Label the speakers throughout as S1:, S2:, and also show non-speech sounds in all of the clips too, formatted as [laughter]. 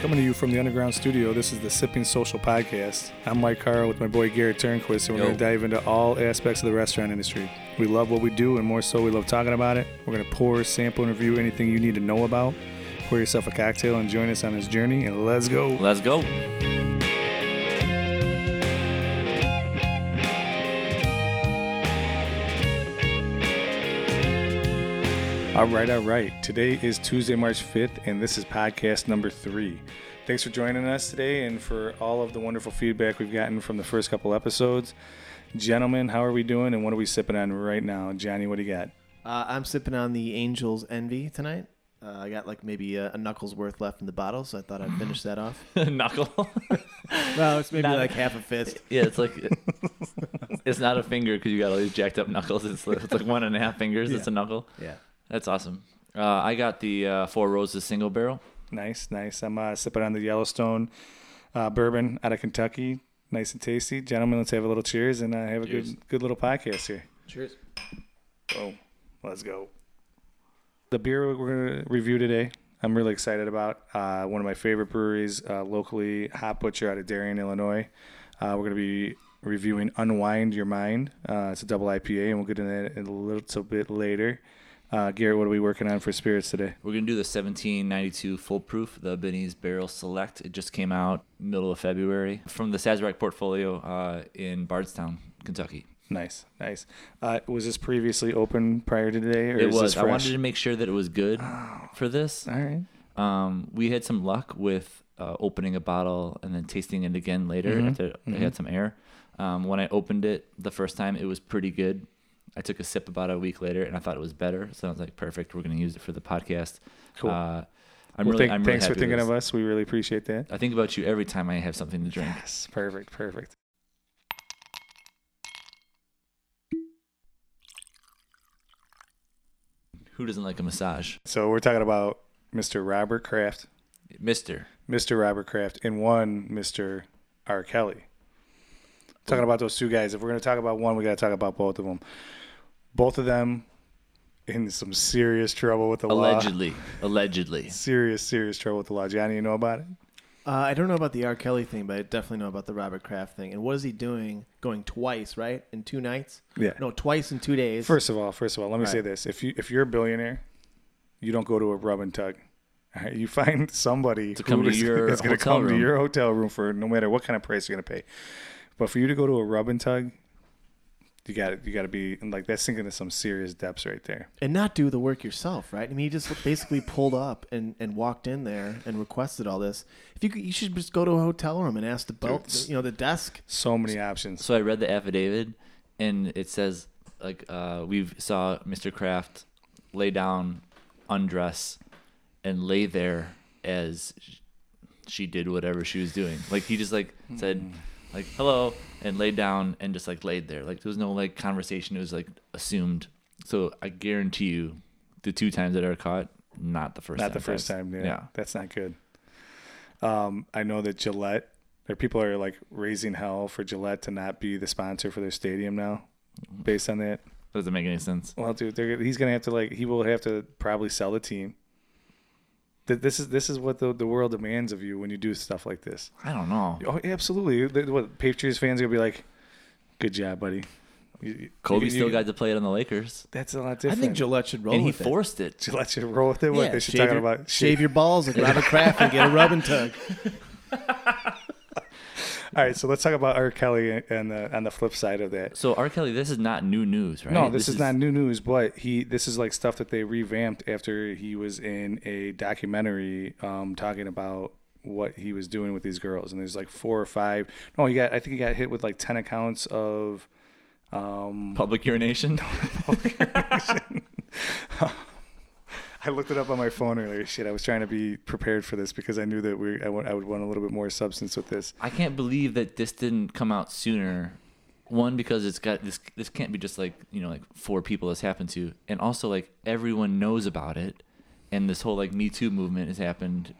S1: Coming to you from the Underground Studio, this is the Sipping Social Podcast. I'm Mike Carl with my boy Garrett Turnquist, and we're
S2: Yo.
S1: going to dive into all aspects of the restaurant industry. We love what we do, and more so, we love talking about it. We're going to pour, sample, and review anything you need to know about. Pour yourself a cocktail and join us on this journey, and let's go. [laughs]
S2: Let's go.
S1: All right, all right. Today is Tuesday, March 5th, and this is podcast number three. Thanks for joining us today and for all of the wonderful feedback we've gotten from the first couple episodes. Gentlemen, how are we doing and what are we sipping on right now? Johnny, what do you got?
S3: Uh, I'm sipping on the Angel's Envy tonight. Uh, I got like maybe a, a knuckle's worth left in the bottle, so I thought I'd finish that off.
S2: Knuckle.
S3: [laughs] Well, it's maybe
S2: Not-
S3: like half a fist.
S2: [laughs] yeah, it's like it's not a finger because you got all these jacked up knuckles. It's, li- it's like one and a half fingers. It's a knuckle.
S3: Yeah.
S2: That's awesome. Uh, I got the uh, Four Roses single barrel.
S1: Nice, nice. I'm uh, sipping on the Yellowstone uh, bourbon out of Kentucky. Nice and tasty. Gentlemen, let's have a little cheers and uh, have a
S2: Cheers.
S1: good, good little podcast here.
S3: Cheers.
S1: Boom. Let's go. The beer we're going to review today, I'm really excited about. Uh, one of my favorite breweries uh, locally, Hot Butcher out of Darien, Illinois. Uh, we're going to be reviewing Unwind Your Mind. Uh, it's a double IPA, and we'll get into that in a little bit later. Uh, Garrett, what are we working on for spirits today?
S2: We're gonna do the 1792 full proof, the Benny's Barrel Select. It just came out middle of February from the Sazerac portfolio uh, in Bardstown, Kentucky.
S1: Nice, nice. Uh, was this previously open prior to today, or
S2: it
S1: is this
S2: was. I
S1: fresh?
S2: wanted to make sure that it was good for this.
S1: All right.
S2: um, we had some luck with uh, opening a bottle and then tasting it again later
S1: Mm-hmm.
S2: after I had some air. Um, when I opened it the first time, it was pretty good. I took a sip about a week later and I thought it was better. So I was like, perfect. We're going to use it for the podcast.
S1: Cool.
S2: Uh, I'm
S1: Well,
S2: really,
S1: thank-
S2: I'm really
S1: thanks
S2: happy
S1: for
S2: with
S1: thinking
S2: this.
S1: of us. We really appreciate that.
S2: I think about you every time I have something
S1: [laughs]
S2: to drink.
S1: Yes, perfect, perfect.
S2: Who doesn't like a massage?
S1: So we're talking about Mr. Robert Kraft,
S2: Mister.
S1: Mr. Robert Kraft, and one Mr. R. Kelly. Talking about those two guys. If we're going to talk about one, we got to talk about both of them. Both of them in some serious trouble with the law.
S2: Allegedly. Allegedly.
S1: Serious, serious trouble with the law. Johnny, you know about it?
S3: Uh, I don't know about the R. Kelly thing, but I definitely know about the Robert Kraft thing. And what is he doing? Going twice, right? In two nights?
S1: Yeah.
S3: No, twice in two days.
S1: First of all, first of all, let me
S3: Right.
S1: say this: if you if you're a billionaire, you don't go to a rub and tug. [laughs] All right? You find somebody
S2: come
S1: who
S2: to
S1: is- [laughs]
S2: your
S1: is gonna
S2: hotel
S1: come to
S2: room.
S1: your hotel room for no matter what kind of price you're going to pay. But for you to go to a rub and tug, you got to you got to be and like that's sinking to some serious depths right there.
S3: and not do the work yourself, right? I mean, he just basically pulled up and, and walked in there and requested all this. If you could, you should just go to a hotel room and ask the belt,
S1: Dude.
S3: you know, the desk.
S1: So many options.
S2: So I read the affidavit, and it says like uh, we saw Mr. Kraft lay down, undress, and lay there as sh- she did whatever she was doing. Like he just like said
S1: Hmm.
S2: like hello and laid down and just like laid there. Like there was no like conversation. It was like assumed. So I guarantee you, the two times that I were caught, not the first.
S1: Not
S2: time
S1: the first
S2: guys.
S1: time, yeah. That's not good. Um, I know that Gillette. There people are like raising hell for Gillette to not be the sponsor for their stadium now,
S2: Mm-hmm.
S1: based on that.
S2: doesn't make any sense.
S1: Well, dude, they're, he's gonna have to like he will have to probably sell the team. Th- This is this is what the the world demands of you when you do stuff like this.
S2: I don't know.
S1: Oh, absolutely. Th- What Patriots fans are gonna be like? Good job, buddy. You- you-
S2: Kobe
S1: you-
S2: still
S1: you-
S2: got to play it on the Lakers,
S1: That's a lot
S3: I
S1: different. [laughs]
S3: think Gillette should roll
S2: and he
S3: with it.
S2: forced it.
S1: Gillette should roll with it. What they should
S3: shave
S1: talk
S3: your,
S1: about
S3: shave your balls like Robert Kraft and get a rub and tug.
S1: [laughs] All right, so let's talk about R. Kelly and the on the flip side of that.
S2: So R. Kelly, this is not new news, right?
S1: No, this, is, not new news, but he this is like stuff that they revamped after he was in a documentary um, talking about what he was doing with these girls, and there's like four or five. No, he got I think he got hit with like ten accounts of
S2: public urination. [laughs]
S1: I looked it up on my phone earlier. Shit, I was trying to be prepared for this because I knew that we I, want, I would want a little bit more substance with this.
S2: I can't believe that this didn't come out sooner. One because it's got this. This can't be just like you know like four people this happened to, and also like everyone knows about it, and this whole like Me Too movement has happened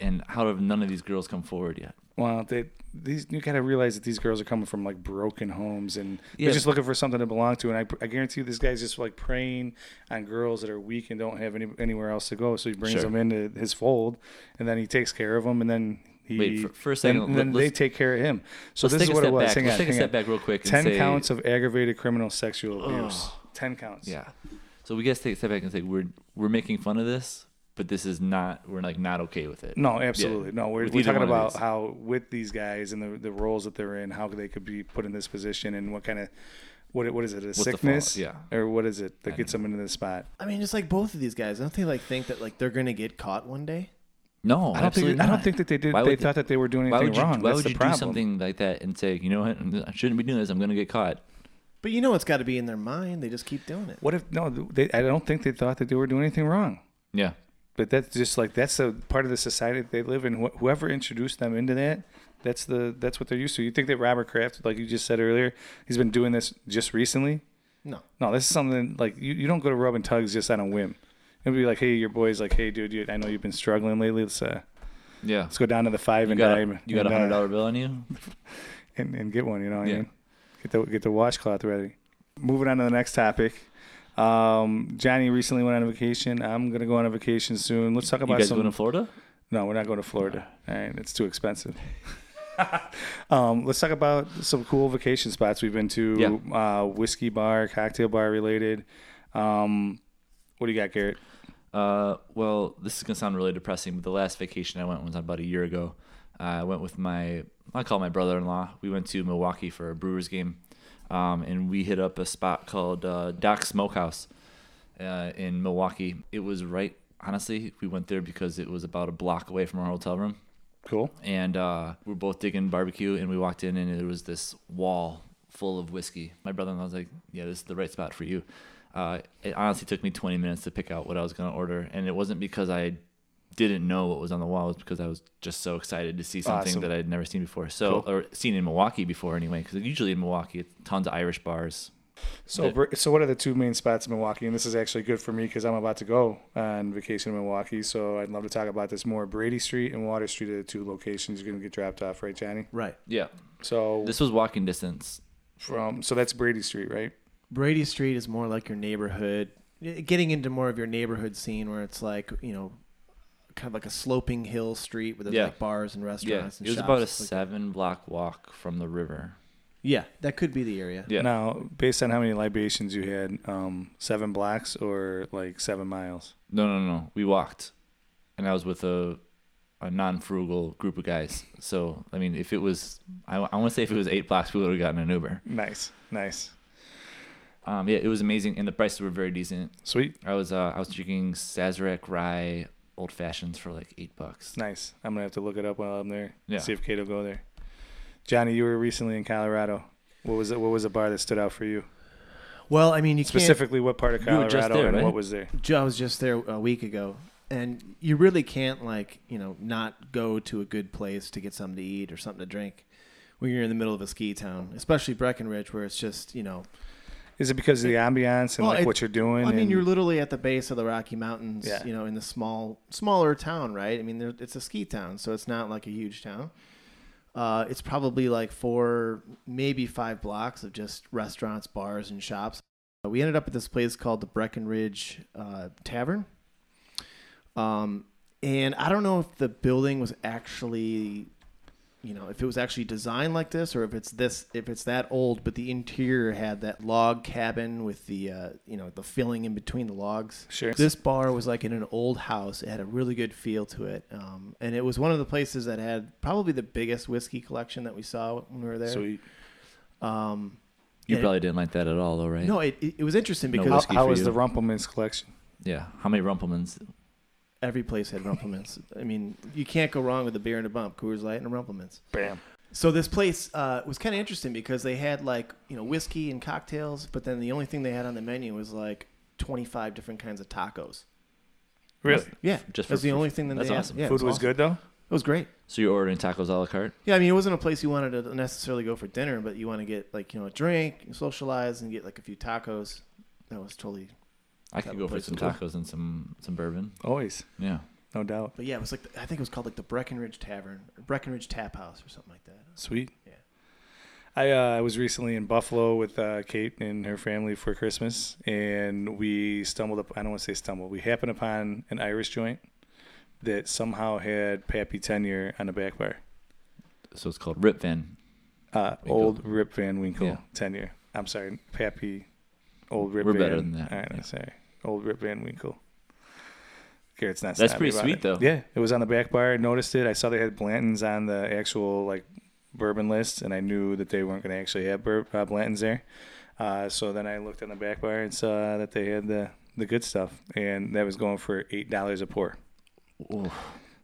S2: and how have none of these girls come forward yet?
S1: Well, they these you gotta realize that these girls are coming from like broken homes and
S2: Yeah.
S1: they're just looking for something to belong to. And I, I guarantee you, this guy's just like preying on girls that are weak and don't have any anywhere else to go. So he brings
S2: Sure.
S1: them into his fold, and then he takes care of them, and then he
S2: Wait, for- for a
S1: then-
S2: second,
S1: and then
S2: let-
S1: they
S2: let's-
S1: take care of him. So
S2: let's
S1: this is
S2: take a
S1: what it
S2: step
S1: was.
S2: back.
S1: Hang
S2: Let's
S1: on,
S2: take a
S1: hang
S2: step
S1: on.
S2: back real quick and
S1: Ten
S2: say-
S1: counts of aggravated criminal sexual abuse. Ten counts.
S2: Yeah. So we gotta take a step back and say we're we're making fun of this, but this is not we're like not okay with it.
S1: No, absolutely. No, we're,
S2: With
S1: we're
S2: either
S1: talking
S2: one of
S1: about
S2: these.
S1: how with these guys and the, the roles that they're in, how they could be put in this position and what kind of what what is it a
S2: the fallout?
S1: sickness?
S2: Yeah.
S1: or what is it that gets them into this spot?
S3: [laughs] I mean, just like both of these guys, don't they like think that like they're gonna get caught one day?
S2: No,
S1: I don't think
S2: absolutely
S1: I don't
S2: not.
S1: think that they did.
S2: Why
S1: they
S2: would
S1: thought that they were doing
S2: why
S1: anything
S2: would you,
S1: wrong.
S2: Why
S1: That's
S2: would
S1: the
S2: you
S1: problem.
S2: do something like that and say, you know what, I shouldn't be doing this. I'm gonna get caught.
S3: But you know it's got to be in their mind. They just keep doing it.
S1: What if no? They, I don't think they thought that they were doing anything wrong.
S2: Yeah.
S1: But that's just like that's a part of the society that they live in. Wh- Whoever introduced them into that, that's the that's what they're used to. You think that Robert Kraft, like you just said earlier, he's been doing this just recently?
S3: No.
S1: No, this is something like you, you don't go to Rub and Tugs just on a whim. It'd be like, hey, your boy's like, hey, dude, you, I know you've been struggling lately. Let's uh,
S2: Yeah.
S1: let's go down to the five
S2: You
S1: and
S2: got,
S1: dime
S2: a, you got a
S1: and,
S2: hundred
S1: uh,
S2: dollar bill on you?
S1: and, and get one. You know what
S2: Yeah.
S1: I mean? Get the get the washcloth ready. Moving on to the next topic. Um, Johnny recently went on a vacation. I'm gonna go on a vacation soon. Let's talk
S2: You
S1: about
S2: guys
S1: some.
S2: going to Florida?
S1: No, we're not going to Florida. All right, it's too expensive. [laughs] um, let's talk about some cool vacation spots we've been to. Uh, whiskey bar, cocktail bar related. Um, what do you got, Garrett?
S2: Uh, well, this is gonna sound really depressing, but the last vacation I went was about a year ago. Uh, I went with my, I call it my brother-in-law. We went to Milwaukee for a Brewers game, um, and we hit up a spot called uh, Doc Smokehouse uh, in Milwaukee. It was right, honestly, we went there because it was about a block away from our hotel room
S1: Cool.
S2: and uh, we're both digging barbecue and we walked in and there was this wall full of whiskey my brother-in-law was like yeah this is the right spot for you uh, it honestly took me 20 minutes to pick out what i was going to order and it wasn't because i didn't know what was on the wall it was because i was just so excited to see something
S1: Awesome.
S2: that i'd never seen before so or seen in milwaukee before anyway because usually in milwaukee it's tons of irish bars
S1: So, br- so what are the two main spots in Milwaukee? And this is actually good for me because I'm about to go on vacation in Milwaukee. So I'd love to talk about this more. Brady Street and Water Street are the two locations you're going to get dropped off, right, Johnny?
S3: Right.
S2: yeah
S1: So
S2: this was walking distance
S1: from so that's Brady Street, right?
S3: Brady Street is more like your neighborhood, eh, getting into more of your neighborhood scene where it's like you know, kind of like a sloping hill street where there's
S2: Yeah.
S3: like bars and
S2: yeah
S3: restaurants.
S2: it
S3: and
S2: was
S3: shops.
S2: about a
S3: It's like-
S2: seven block walk from the river
S3: yeah, that could be the area.
S2: yeah
S1: Now, based on how many libations you had, um, seven blocks or like seven miles?
S2: No, no, no. We walked, and I was with a a non-frugal group of guys. So I mean, if it was, I, I want to say if it was eight blocks, we would have gotten an Uber.
S1: Nice, nice,
S2: Um, yeah, it was amazing, and the prices were very decent.
S1: sweet,
S2: I was uh, I was drinking Sazerac rye old fashions for like eight bucks.
S1: nice. I'm gonna have to look it up while I'm there.
S2: Yeah.
S1: See if Kate will go there. Johnny, you were recently in Colorado. What was it? What was a bar that stood out for you?
S3: Well, I mean, you can't.
S1: Specifically, what part of
S2: You were
S1: Colorado
S2: just there,
S1: and
S2: right?
S1: what was there?
S3: Joe, I was just there a week ago, and you really can't like you know not go to a good place to get something to eat or something to drink when you're in the middle of a ski town, especially Breckenridge, where it's just you know.
S1: Is it because of the ambiance and
S3: Well,
S1: like
S3: it-
S1: what you're doing?
S3: I mean,
S1: and-
S3: you're literally at the base of the Rocky Mountains,
S1: Yeah.
S3: you know, in the small smaller town, right? I mean, there, it's a ski town, so it's not like a huge town. Uh, it's probably like four, maybe five blocks of just restaurants, bars, and shops. Uh, We ended up at this place called the Breckenridge uh, Tavern. Um, and I don't know if the building was actually, you know, if it was actually designed like this or if it's this, if it's that old, but the interior had that log cabin with the, uh, you know, the filling in between the logs.
S1: Sure.
S3: This bar was like in an old house. It had a really good feel to it. Um, and it was one of the places that had probably the biggest whiskey collection that we saw when we were there.
S1: sweet.
S3: um,
S2: You
S3: Yeah.
S2: probably didn't like that at all, though, right?
S3: no, it, it, it was interesting
S2: No
S3: because
S1: How,
S2: whiskey
S1: how
S2: for
S1: was
S2: you.
S1: the Rumpelman's collection?
S2: Yeah. How many Rumplemans?
S3: every place had [laughs] Rumplemans. I mean, you can't go wrong with a beer and a bump, Coors Light and a Rumplemans.
S1: Bam.
S3: So this place uh, was kind of interesting because they had like you know whiskey and cocktails, but then the only thing they had on the menu was like twenty five different kinds of tacos.
S1: Really?
S3: Yeah,
S2: Just
S3: that's
S2: for-
S3: the only thing that
S2: that's
S3: they
S2: awesome.
S3: had. Yeah, it
S1: Food was
S3: awesome.
S1: good though.
S3: It was great.
S2: So you're ordering tacos a la carte?
S3: Yeah, I mean, it wasn't a place you wanted to necessarily go for dinner, but you want to get like you know a drink, socialize, and get like a few tacos. That was totally
S2: I could
S3: That
S2: go for
S3: place
S2: some
S3: is cool.
S2: tacos and some some bourbon.
S1: Always.
S2: Yeah.
S1: no doubt.
S3: But yeah, it was like the, I think it was called like the Breckenridge Tavern, or Breckenridge Tap House, or something like that.
S1: Sweet.
S3: Yeah.
S1: I uh, I was recently in Buffalo with uh, Kate and her family for Christmas, and we stumbled up. I don't want to say stumbled. We happened upon an Irish joint that somehow had Pappy Tenure on the back bar.
S2: So it's called Rip Van.
S1: Uh,
S2: Winkle.
S1: old Rip Van Winkle
S2: Yeah.
S1: Tenure. I'm sorry, Pappy. Old Rip.
S2: We're
S1: Van,
S2: better than that,
S1: All right,
S2: yeah.
S1: I'm sorry. Old Rip Van Winkle. Garrett's not.
S2: That's
S1: snobby
S2: pretty
S1: about
S2: sweet,
S1: it.
S2: though.
S1: Yeah, it was on the back bar. I noticed it. I saw they had Blanton's on the actual like bourbon list, and I knew that they weren't going to actually have bur- uh, Blanton's there. Uh, so then I looked on the back bar and saw that they had the the good stuff, and that was going for eight dollars a pour.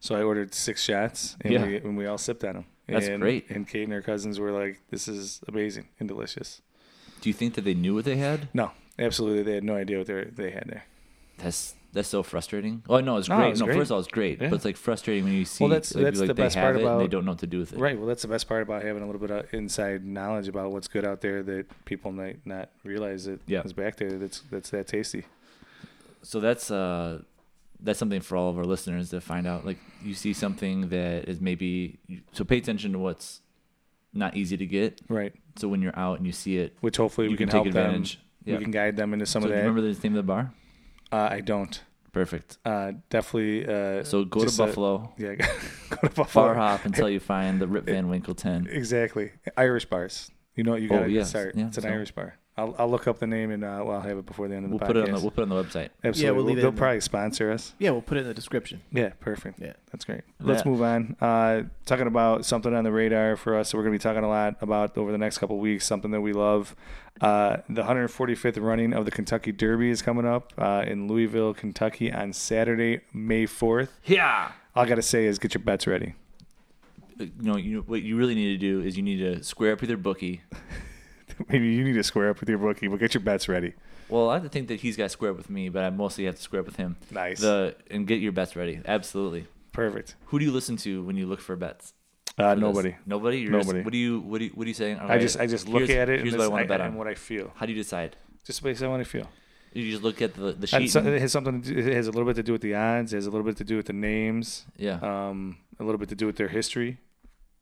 S1: So I ordered six shots, and,
S2: Yeah.
S1: we, and we all sipped on them.
S2: That's
S1: and,
S2: great.
S1: And Kate and her cousins were like, "This is amazing and delicious."
S2: Do you think that they knew what they had?
S1: No, absolutely, they had no idea what they they had there.
S2: That's that's so frustrating. Oh no, it's
S1: No,
S2: great. No,
S1: it's great.
S2: first of all, it's great,
S1: Yeah.
S2: but it's like frustrating when you see
S1: Well, that's-
S2: like,
S1: that's
S2: like,
S1: the
S2: they
S1: best
S2: have
S1: part
S2: it and they
S1: about-
S2: don't know what to do with it.
S1: Right. Well, that's the best part about having a little bit of inside knowledge about what's good out there that people might not realize that
S2: Yeah.
S1: is back there. That's that's that tasty.
S2: so that's uh that's something for all of our listeners to find out like you see something that is maybe so pay attention to what's not easy to get
S1: Right.
S2: so when you're out and you see it
S1: Which hopefully
S2: you
S1: we can,
S2: can, take
S1: help them.
S2: advantage yeah
S1: We can guide them into some
S2: so
S1: of
S2: do
S1: that.
S2: you remember the name of the bar
S1: uh, I don't.
S2: perfect
S1: Uh, definitely. Uh,
S2: so go
S1: just
S2: to
S1: a-
S2: buffalo
S1: [laughs] yeah. go to Buffalo.
S2: far hop until you find the
S1: [laughs]
S2: rip van winkle 10
S1: Exactly. Irish bars. You know what you
S2: Oh,
S1: got to
S2: yes.
S1: start.
S2: Yeah,
S1: it's an
S2: so-
S1: Irish bar. I'll, I'll look up the name and uh, well, I'll have it before the end of the
S2: we'll
S1: podcast.
S2: put it on the we'll put it on the website
S1: Absolutely.
S3: Yeah, we'll leave it
S1: They'll
S3: in the-
S1: probably sponsor us.
S3: Yeah, we'll put it in the description.
S1: Yeah, perfect.
S3: Yeah.
S1: That's great. Let's
S2: That-
S1: move on. Uh, talking about something on the radar for us. We're going to be talking a lot about over the next couple of weeks, something that we love. Uh, the 145th running of the Kentucky Derby is coming up uh, in Louisville, Kentucky on Saturday, May 4th.
S2: yeah
S1: All I got to say is get your bets ready. [laughs]
S2: you know, you what you really need to do is you need to square up with your bookie
S1: Maybe you need to square up with your bookie, but get your bets ready.
S2: well i have to think that he's got to square up with me but i mostly have to square up with him
S1: Nice.
S2: the and get your bets ready absolutely
S1: Perfect.
S2: Who do you listen to when you look for bets?
S1: Uh,
S2: for this?
S1: nobody.
S2: Nobody. You're just-
S1: Nobody.
S2: what do you? What do you? What are you saying? All
S1: I just
S2: right,
S1: I just look
S2: here's-
S1: at it
S2: Here's
S1: and,
S2: what I
S1: this-
S2: want to bet
S1: I-
S2: on.
S1: and what I feel.
S2: How do you decide?
S1: Just based on what I feel.
S2: You just look at the the
S1: And
S2: sheet.
S1: so, uh,
S2: and-
S1: it has something. To do, it has a little bit to do with the odds. It has a little bit to do with the names.
S2: yeah.
S1: Um, a little bit to do with their history.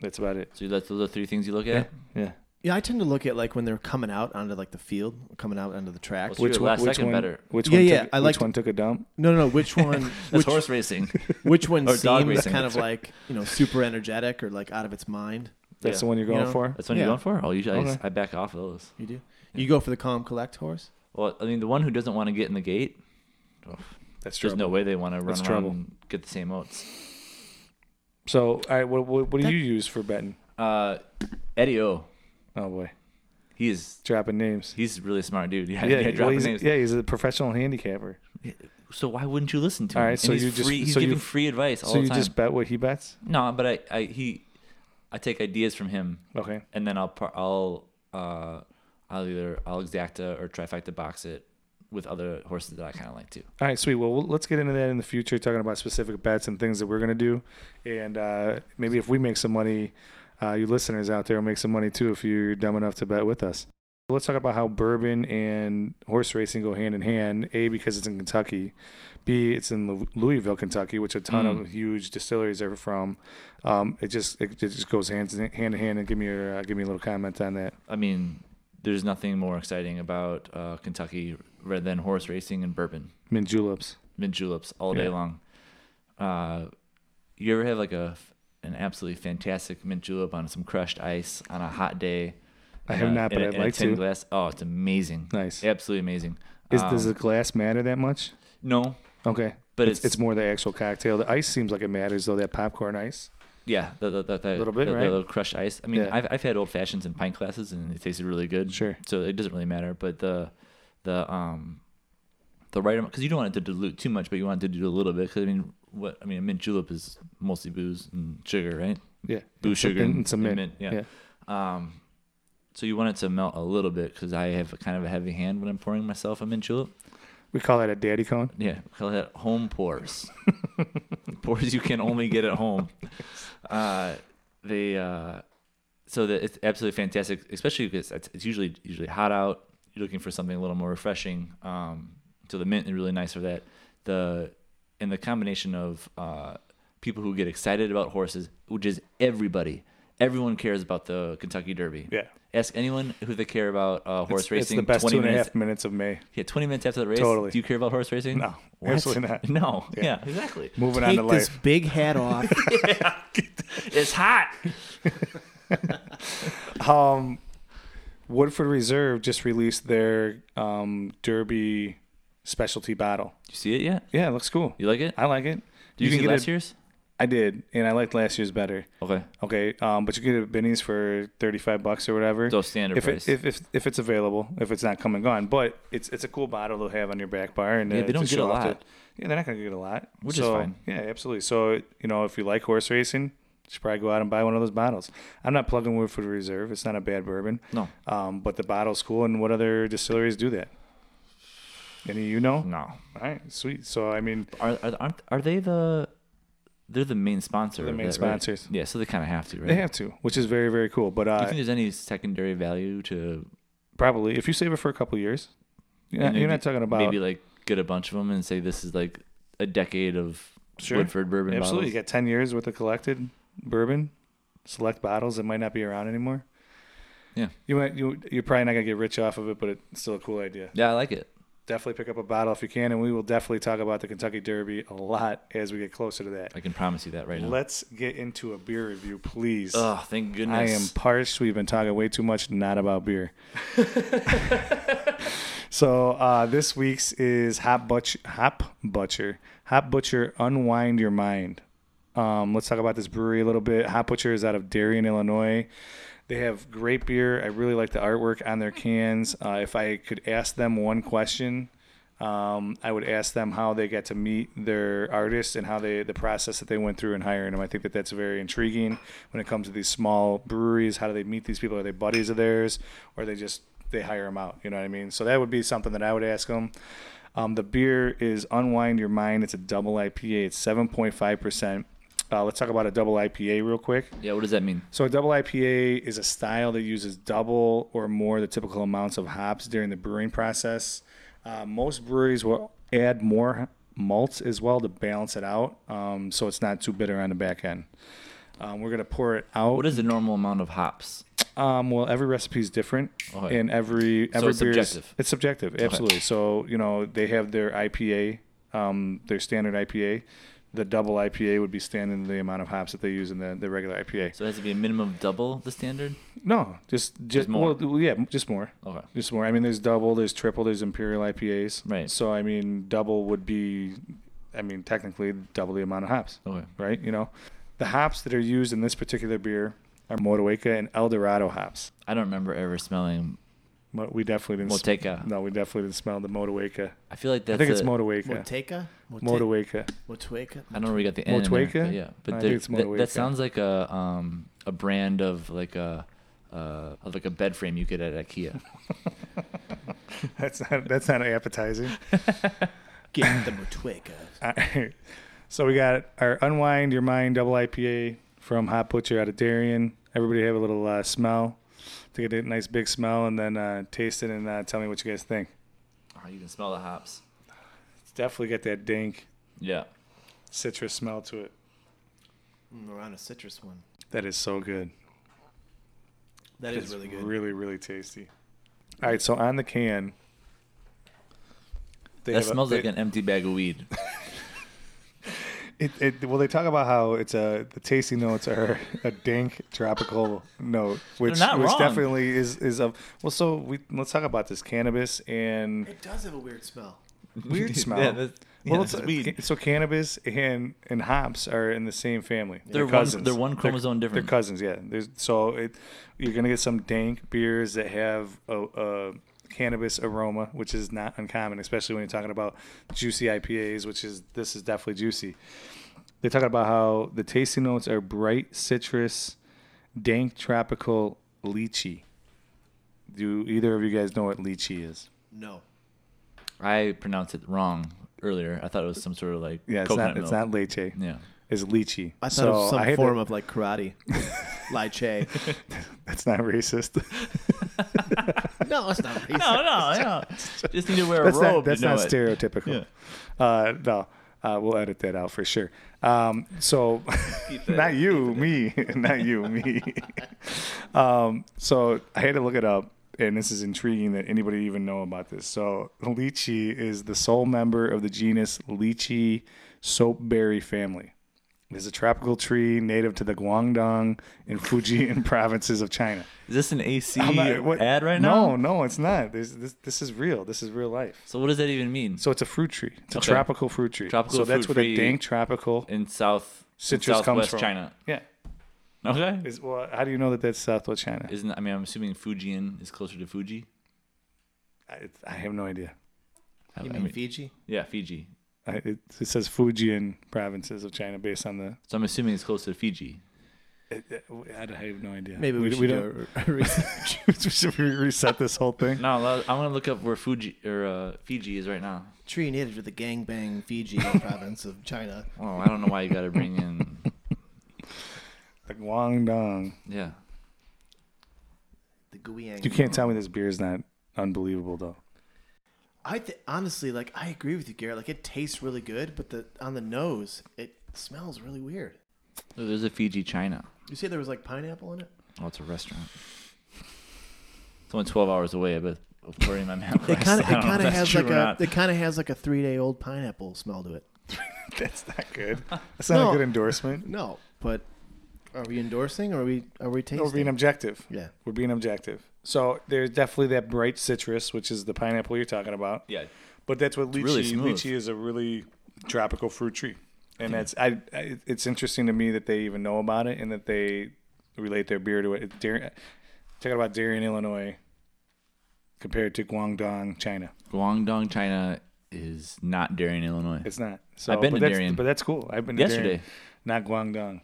S1: That's about it.
S2: so that's those are three things you look at.
S1: Yeah.
S3: Yeah, I tend to look at like when they're coming out onto like the field, coming out onto the track.
S2: Let's do it last second
S1: one?
S2: better.
S1: Which
S3: Yeah,
S1: one?
S3: yeah,
S1: Took,
S3: I
S1: which
S3: liked-
S1: one took a dump?
S3: No, no, no. [laughs] Which one?
S2: That's
S3: which,
S2: horse racing.
S3: which one
S2: or dog
S3: seems
S2: racing.
S3: kind of like you know super energetic or like out of its mind?
S1: [laughs] That's
S2: Yeah.
S1: the one you're
S3: You
S1: going
S3: know,
S1: for.
S2: That's what you're
S3: Yeah.
S2: going for. Oh, usually I, just-
S1: Okay.
S2: I back off of those.
S3: You do. You go for the calm, collect horse.
S2: Well, I mean, the one who doesn't want to get in the gate,
S1: That's
S2: there's no way they want to run
S1: That's
S2: around
S1: trouble.
S2: and get the same oats.
S1: So, all right, what, what, what do
S3: That-
S1: you use for betting?
S2: Uh, Eddie O,
S1: Oh boy,
S2: he is
S1: dropping names.
S2: he's a really smart dude. [laughs] Yeah,
S1: yeah,
S2: [laughs] yeah,
S1: well,
S2: dropping
S1: he's,
S2: names.
S1: yeah, he's a professional handicapper.
S2: So why wouldn't you listen to him?
S1: All right,
S2: And
S1: so
S2: he's
S1: you just-
S2: free, he's
S1: so you-
S2: giving free advice all
S1: so
S2: the
S1: you
S2: time.
S1: just bet what he bets.
S2: No, but I, I he I take ideas from him
S1: Okay,
S2: and then I'll par- I'll uh I'll either I'll exacta or trifecta box it with other horses that I kind of like too.
S1: All right, sweet. Well, we'll- let's get into that in the future, talking about specific bets and things that we're going to do. And uh, maybe if we make some money, uh, you listeners out there will make some money too if you're dumb enough to bet with us. Let's talk about how bourbon and horse racing go hand in hand. A, because it's in Kentucky. B, it's in Lou- Louisville, Kentucky, which a ton
S2: Mm.
S1: of huge distilleries are from. Um, it just it, it just goes hand in hand in hand. And give me your uh, give me a little comment on that.
S2: I mean, there's nothing more exciting about uh, Kentucky rather than horse racing and bourbon,
S1: Mint juleps.
S2: mint juleps all day
S1: Yeah.
S2: long. Uh, you ever have like a f- an absolutely fantastic mint julep on some crushed ice on a hot day?
S1: I
S2: in
S1: have
S2: a-
S1: not,
S2: in
S1: but
S2: a-
S1: I'd
S2: in a
S1: like
S2: tin
S1: to.
S2: Glass. Oh, it's amazing.
S1: Nice.
S2: Absolutely amazing.
S1: Is
S2: Um,
S1: does the glass matter that much?
S2: no,
S1: Okay.
S2: but
S1: it's, it's more the actual cocktail. The ice seems like it matters though. That popcorn ice.
S2: Yeah, the, the, the, the,
S1: Little bit,
S2: the, the
S1: right?
S2: little crushed ice. I mean,
S1: Yeah.
S2: I've, I've had old fashions and pint glasses, and it tasted really good.
S1: Sure.
S2: So it doesn't really matter, but the the um the right amount because you don't want it to dilute too much, but you want it to dilute a little bit. Because I mean, what I mean, a mint julep is mostly booze and sugar, right?
S1: Yeah.
S2: Blue
S1: And some-
S2: sugar
S1: and,
S2: and-
S1: some
S2: and
S1: mint.
S2: mint, yeah. Um, so you want it to melt a little bit because I have a kind of a heavy hand when I'm pouring myself a mint julep.
S1: We call that a daddy cone.
S2: Yeah, call that home pours. [laughs] pours you can only get at
S1: [laughs]
S2: home. Uh, they uh, so that it's absolutely fantastic, especially because it's, it's usually usually hot out. You're looking for something a little more refreshing. Um, so the mint is really nice for that. The and the combination of uh, people who get excited about horses, which is everybody. Everyone cares about the Kentucky Derby.
S1: Yeah.
S2: Ask anyone who they care about uh, horse
S1: it's,
S2: racing.
S1: It's the best
S2: 20
S1: two and a
S2: minutes,
S1: half minutes of May.
S2: Yeah, 20 minutes after the race.
S1: Totally.
S2: Do you care about horse racing?
S1: No, absolutely not.
S2: [laughs] No.
S1: [laughs] Yeah.
S2: Yeah, exactly.
S1: Moving on to
S3: Take this
S1: life.
S3: big hat off.
S1: [laughs]
S2: It's hot.
S1: Um, Woodford Reserve just released their um, Derby specialty bottle.
S2: You see it yet?
S1: Yeah, it looks cool.
S2: You like it?
S1: I like it.
S2: Do you, see
S1: get
S2: last
S1: it.
S2: year's?
S1: I did, and I liked last year's better.
S2: Okay.
S1: Okay, um, but you can get it at Benny's for thirty-five bucks or whatever.
S2: So standard
S1: if,
S2: price.
S1: it, if if if it's available, if it's not come and gone, but it's it's a cool bottle to have on your back bar, and
S2: Yeah,
S1: uh,
S2: they don't
S1: to
S2: get a
S1: show off
S2: lot.
S1: to- yeah, they're not gonna get a lot,
S2: Which is
S1: so,
S2: fine.
S1: Yeah, absolutely. So you know, if you like horse racing, you should probably go out and buy one of those bottles. I'm not plugging Woodford Reserve; it's not a bad bourbon.
S2: No.
S1: um, but the bottle's cool. And what other distilleries do that? Any you know?
S2: No.
S1: All right, sweet. So I mean,
S2: Are are aren't, are they the? They're the main sponsor.
S1: They're the
S2: of
S1: main
S2: that, right?
S1: sponsors.
S2: Yeah, so they kind of have to, right?
S1: they have to, which is very very cool. But
S2: Do you
S1: uh,
S2: think there's any secondary value to?
S1: probably if you save it for a couple years, you're not,
S2: maybe-
S1: you're not talking about
S2: maybe like get a bunch of them and say this is like a decade of
S1: Sure.
S2: Woodford bourbon
S1: Absolutely, you
S2: bottles.
S1: got ten years worth of collected bourbon, select bottles that might not be around anymore.
S2: Yeah.
S1: You might you you're probably not gonna get rich off of it, but it's still a cool idea.
S2: Yeah, I like it.
S1: Definitely pick up a bottle if you can, and we will definitely talk about the Kentucky Derby a lot as we get closer to that.
S2: I can promise you that right now.
S1: Let's get into a beer review, please.
S2: Oh, thank
S1: I am
S2: goodness.
S1: parched. We've been talking way too much, not about beer. so uh, this week's is Hop Butcher. Hop Butcher. Hop Butcher. Unwind your mind. Um, let's talk about this brewery a little bit. Hop Butcher is out of Darien, Illinois. They have great beer. I really like the artwork on their cans. Uh, if I could ask them one question, um, I would ask them how they got to meet their artists and how they the process that they went through in hiring them. I think that that's very intriguing when it comes to these small breweries. How do they meet these people? Are they buddies of theirs, or they just they hire them out? You know what I mean? So that would be something that I would ask them. Um, the beer is Unwind Your Mind. It's a double IPA. It's seven point five percent. Uh, Let's talk about a double IPA real quick.
S2: yeah, what does that mean?
S1: So a double IPA is a style that uses double or more the typical amounts of hops during the brewing process. Uh, most breweries will add more malts as well to balance it out, um, so it's not too bitter on the back end. Um, we're gonna pour it out.
S2: What is the normal amount of hops?
S1: Um, well, every recipe is different,
S2: Okay.
S1: and every every
S2: Oh, it's
S1: beer is-
S2: subjective.
S1: It's subjective, absolutely. So you know they have their IPA, um, their standard IPA. The double IPA would be standing the amount of hops that they use in the, the regular IPA.
S2: So it has to be a minimum of double the standard.
S1: No, just just
S2: more.
S1: Well, yeah, just more.
S2: Okay.
S1: Just more. I mean, there's double, there's triple, there's imperial IPAs.
S2: Right.
S1: So I mean, double would be, I mean, technically double the amount of hops.
S2: Okay.
S1: Right. You know, the hops that are used in this particular beer are Motueka and El Dorado hops.
S2: I don't remember ever smelling.
S1: Mo- We definitely didn't. sm-
S2: Motueka.
S1: no, we definitely didn't smell the Motueka.
S2: I feel like that's.
S1: I think it's
S2: a-
S1: Motueka.
S3: Moteka? Mote-
S1: Motueka. [laughs]
S3: Moteka?
S2: I don't know where we got the N. in
S1: Motueka?
S2: there, but yeah,
S1: I
S2: but
S1: think
S2: there,
S1: it's
S2: that,
S1: Motueka.
S2: that sounds like a um a brand of like a uh of like a bed frame you get at
S1: [laughs]
S2: IKEA.
S1: That's not. That's not appetizing.
S2: Oh,
S3: Get the Moteka.
S1: All right. Uh, [laughs] So we got our Unwind Your Mind Double IPA from Hot Butcher out of Darien. Everybody have a little uh, smell to get a nice big smell and then uh, taste it and uh, tell me what you guys think.
S2: oh, you can smell the hops.
S1: It's definitely got that dank
S2: Yeah.
S1: citrus smell to it.
S3: Mm, We're on a citrus one.
S1: That is so good.
S3: That is really good.
S1: Really, really tasty. All right. So on the can, they
S2: that
S1: have a-
S2: smells
S1: they-
S2: like an empty bag of weed.
S1: It, it, well, they talk about how it's a the tasty notes are a dank tropical note, which
S2: not
S1: which
S2: wrong.
S1: definitely is is a well. So we let's talk about this cannabis and
S3: It does have a weird smell.
S1: weird smell.
S2: yeah, that's, yeah,
S1: well,
S2: that's
S1: it's-
S2: weed.
S1: So cannabis and and hops are in the same family.
S2: They're one-
S1: cousins.
S2: they're one chromosome
S1: they're,
S2: different.
S1: They're cousins. Yeah. There's, so it you're gonna get some dank beers that have a. a cannabis aroma which is not uncommon especially when you're talking about juicy IPAs which is this is definitely juicy they talk about how the tasting notes are bright citrus, dank tropical lychee. Do either of you guys know what lychee is?
S3: No.
S2: I pronounced it wrong earlier. I thought it was some sort of like
S1: Yeah, it's
S2: coconut
S1: not it's
S2: milk.
S1: not leche.
S2: Yeah.
S1: It's lychee.
S3: I thought
S1: So
S3: it was some
S1: I had
S3: form
S1: to-
S3: of like karate. Lyche.
S1: that's not [laughs] racist.
S3: No, it's not racist.
S1: [laughs]
S2: No, no, no. [laughs] Just need to wear a
S1: that's
S2: robe.
S1: not that's
S2: to know
S1: not
S2: it.
S1: stereotypical. Uh, no. Uh, we'll edit that out for sure. Um, so, [laughs] not you, me, [laughs] not you,
S3: [laughs]
S1: me. um, so I had to look it up, and this is intriguing that anybody even know about this. So lychee is the sole member of the genus Lychee soapberry family. It is a tropical tree native to the Guangdong and Fujian [laughs] provinces of China.
S2: Is this an AC
S1: I'm not- what-
S2: ad right now?
S1: No, no, it's not. This, this this is real. This is real life.
S2: So what does that even mean?
S1: So it's a fruit tree. It's a
S2: Okay.
S1: tropical fruit tree.
S2: Tropical
S1: so that's
S2: fruit
S1: what a
S2: tree.
S1: dank tropical
S2: in South
S1: citrus comes
S2: Southwest
S1: from.
S2: China.
S1: Yeah.
S2: Okay.
S1: Is, well, how do you know that that's Southwest China?
S2: Isn't I mean I'm assuming Fujian is closer to Fuji.
S1: I, I have no idea.
S2: I-
S3: You
S2: I
S3: mean
S2: mean-
S3: Fiji?
S2: yeah, Fiji.
S1: I, it, it says Fujian provinces of China based on the.
S2: So I'm assuming it's closer to Fiji.
S1: I, I have no idea.
S3: Maybe we, should do a research.
S1: don't. should [laughs] we reset this whole thing?
S2: No, I want to look up where Fuji or uh, Fiji is right now.
S3: Tree native to the gangbang Fiji province of China.
S2: Oh, I don't know why you got to bring in. [laughs]
S1: The Guangdong.
S2: Yeah,
S1: [laughs]
S3: The Guyang.
S1: You can't tell me this beer is not unbelievable though. [laughs]
S3: I th- honestly like. I agree with you, Garrett. Like it tastes really good, but the on the nose, it smells really weird.
S2: oh, there's a Fiji China.
S3: You say there was like pineapple in it?
S2: Oh, it's a restaurant. It's only 12 hours away, but according to my map, [laughs]
S3: It kind of it kind of has like a
S2: Not.
S3: it kind of has like a three day old pineapple smell to it.
S1: That's not good. That's not
S3: No.
S1: a good endorsement.
S3: No, but are we endorsing or are we are we tasting?
S1: We're being objective.
S3: yeah,
S1: We're being objective. So there's definitely that bright citrus, which is the pineapple you're talking about.
S2: Yeah,
S1: But that's what lychee.
S2: really smooth.
S1: lychee is a really tropical fruit tree, and that's I, I. It's interesting to me that they even know about it and that they relate their beer to it. It's Dar- talking about Darien, Illinois, compared to Guangdong, China.
S2: Guangdong, China is not Darien, Illinois.
S1: It's not. So,
S2: I've been
S1: but
S2: to
S1: that's,
S2: Darien.
S1: but that's cool. I've been to
S2: Yesterday,
S1: Darien, not Guangdong.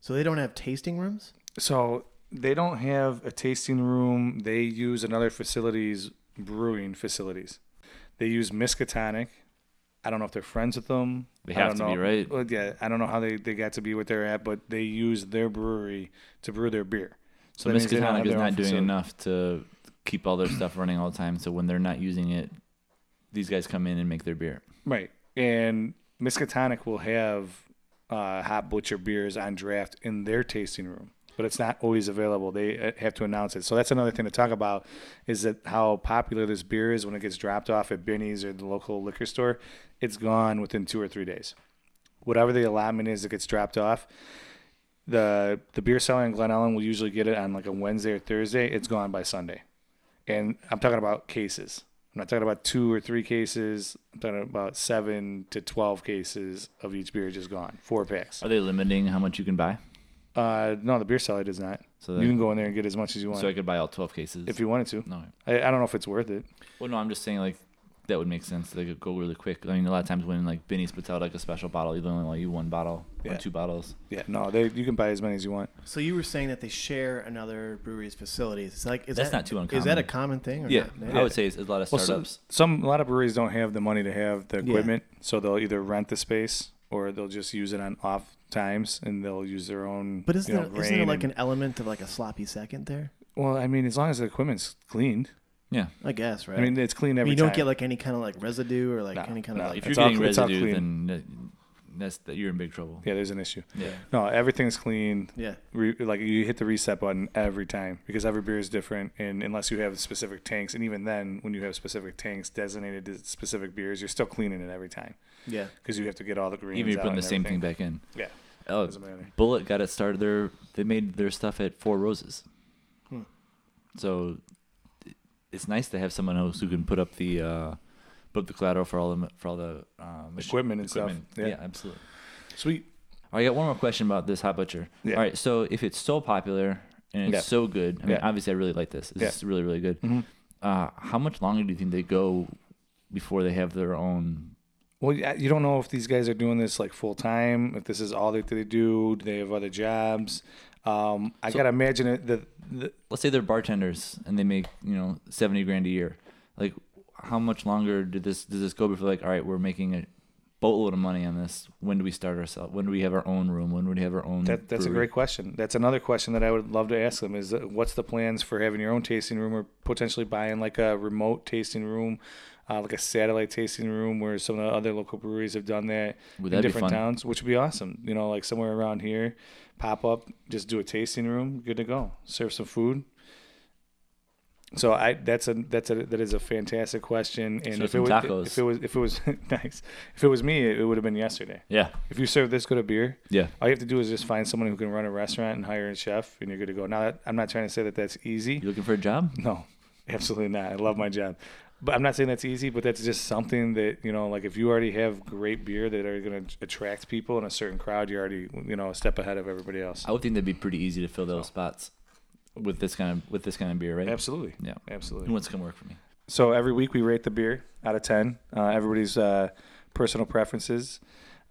S3: so they don't have tasting rooms.
S1: So they don't have a tasting room. They use another facility's brewing facilities. They use Miskatonic. I don't know if they're friends with them.
S2: They
S1: I
S2: have
S1: don't
S2: to be,
S1: know.
S2: right?
S1: Well, yeah, I don't know how they, they got to be what they're at, but they use their brewery to brew their beer.
S2: so
S1: that means they don't have
S2: Miskatonic is
S1: their own
S2: not doing
S1: facility.
S2: enough to keep all their stuff running all the time. So when they're not using it, these guys come in and make their beer.
S1: Right. And Miskatonic will have uh, hot butcher beers on draft in their tasting room, but it's not always available. They uh, have to announce it. So that's another thing to talk about is that how popular this beer is when it gets dropped off at Benny's or the local liquor store. It's gone within two or three days. Whatever the allotment is that gets dropped off, the the beer seller in Glen Ellen will usually get it on like a Wednesday or Thursday. It's gone by Sunday and I'm talking about cases. I'm not talking about two or three cases. I'm talking about seven to twelve cases of each beer just gone, four packs.
S2: Are they limiting how much you can buy?
S1: Uh, no, the beer seller does not.
S2: So
S1: you
S2: then-
S1: can go in there and get as much as you want
S2: So I could buy all 12 cases.
S1: if you wanted to.
S2: no.
S1: I, I don't know if it's worth it.
S2: Well, no, I'm just saying like that would make sense. They could go really quick. I mean, a lot of times when like Benny's puts out like a special bottle, you only want you one bottle
S1: Yeah.
S2: or two bottles.
S1: Yeah, no, they you can buy as many as you want.
S3: So you were saying that they share another brewery's facilities. It's like is
S2: That's
S3: that,
S2: not too
S3: Is that a
S2: uncommon.
S3: common thing? Or
S2: Yeah,
S3: not?
S2: I would say it's a lot of
S1: Well, some,
S2: startups.
S1: some a lot of breweries don't have the money to have the equipment, so they'll either rent the space or they'll just use it on off times and they'll use their own.
S3: But isn't,
S1: you know,
S3: there, isn't there
S1: grain
S3: like
S1: and-
S3: an element of like a sloppy second there?
S1: Well, I mean, as long as the equipment's cleaned,
S2: yeah,
S3: I guess, right?
S1: I mean, it's clean every
S3: you don't
S1: time.
S3: get like any kind of like residue or like
S1: No,
S3: any kind
S1: no.
S3: of like
S2: if
S1: it's
S2: you're
S1: all-
S2: getting
S1: it's all
S2: residue,
S1: clean.
S2: then that, that's that you're in big trouble.
S1: yeah, there's an issue.
S2: Yeah.
S1: No, everything's clean.
S3: yeah.
S1: Re, like you hit the reset button every time because every beer is different, and unless you have specific tanks, and even then, when you have specific tanks designated to specific beers, you're still cleaning it every time
S3: Yeah.
S1: because you have to get all the greens.
S2: Even
S1: out
S2: if you're putting
S1: and
S2: the same
S1: everything.
S2: thing back in.
S1: Yeah,
S2: Oh,
S1: doesn't matter.
S2: Bullet got it started. Their they made their stuff at Four Roses.
S3: Hmm.
S2: So it's nice to have someone else who can put up the uh, put up the collateral for all the for all the uh, mach-
S1: Equipment and stuff.
S2: Yeah.
S1: Yeah.
S2: absolutely.
S1: Sweet.
S2: I got one more question about this hot butcher.
S1: Yeah.
S2: All right, so if it's so popular and it's
S1: Yeah.
S2: so good, I mean,
S1: Yeah.
S2: obviously, I really like this. This
S1: Yeah.
S2: is really really good.
S1: Mhm.
S2: Uh, how much longer do you think they go before they have their own?
S1: Well, yeah, you don't know if these guys are doing this like full time. If this is all that they do, do they have other jobs? Um, I
S2: So-
S1: gotta imagine it. The, the
S2: Let's say they're bartenders and they make you know seventy grand a year. Like, how much longer did this does this go before like all right, we're making a boatload of money on this. When do we start ourselves? When do we have our own room? When would we have our own?
S1: That, that's a
S2: brewery?
S1: great question. That's another question that I would love to ask them is uh, what's the plans for having your own tasting room or potentially buying like a remote tasting room, uh, like a satellite tasting room where some of the other local breweries have done that
S2: Would
S1: in
S2: that be
S1: different
S2: fun?
S1: towns, which would be awesome. You know, like somewhere around here, pop up, just do a tasting room, good to go. Serve some food. So I that's a that's a that is a fantastic question. And if
S2: Serve
S1: it
S2: some
S1: was
S2: tacos.
S1: if it was if it was [laughs] nice if it was me, it would have been yesterday.
S2: Yeah,
S1: If you serve this good a beer,
S2: yeah.
S1: all you have to do is just find someone who can run a restaurant and hire a chef, and you're good to go. Now, that- I'm not trying to say that that's easy.
S2: You looking for a job?
S1: No, absolutely not. I love my job. But I'm not saying that's easy, but that's just something that, you know, like if you already have great beer that are going to attract people in a certain crowd, you're already, you know, a step ahead of everybody else.
S2: I would think that'd be pretty easy to fill those spots with this kind of with this kind of beer, right?
S1: Absolutely.
S2: Yeah. Who
S1: Absolutely.
S2: wants to come work for me?
S1: So every week we rate the beer out of 10, uh, everybody's uh, personal preferences.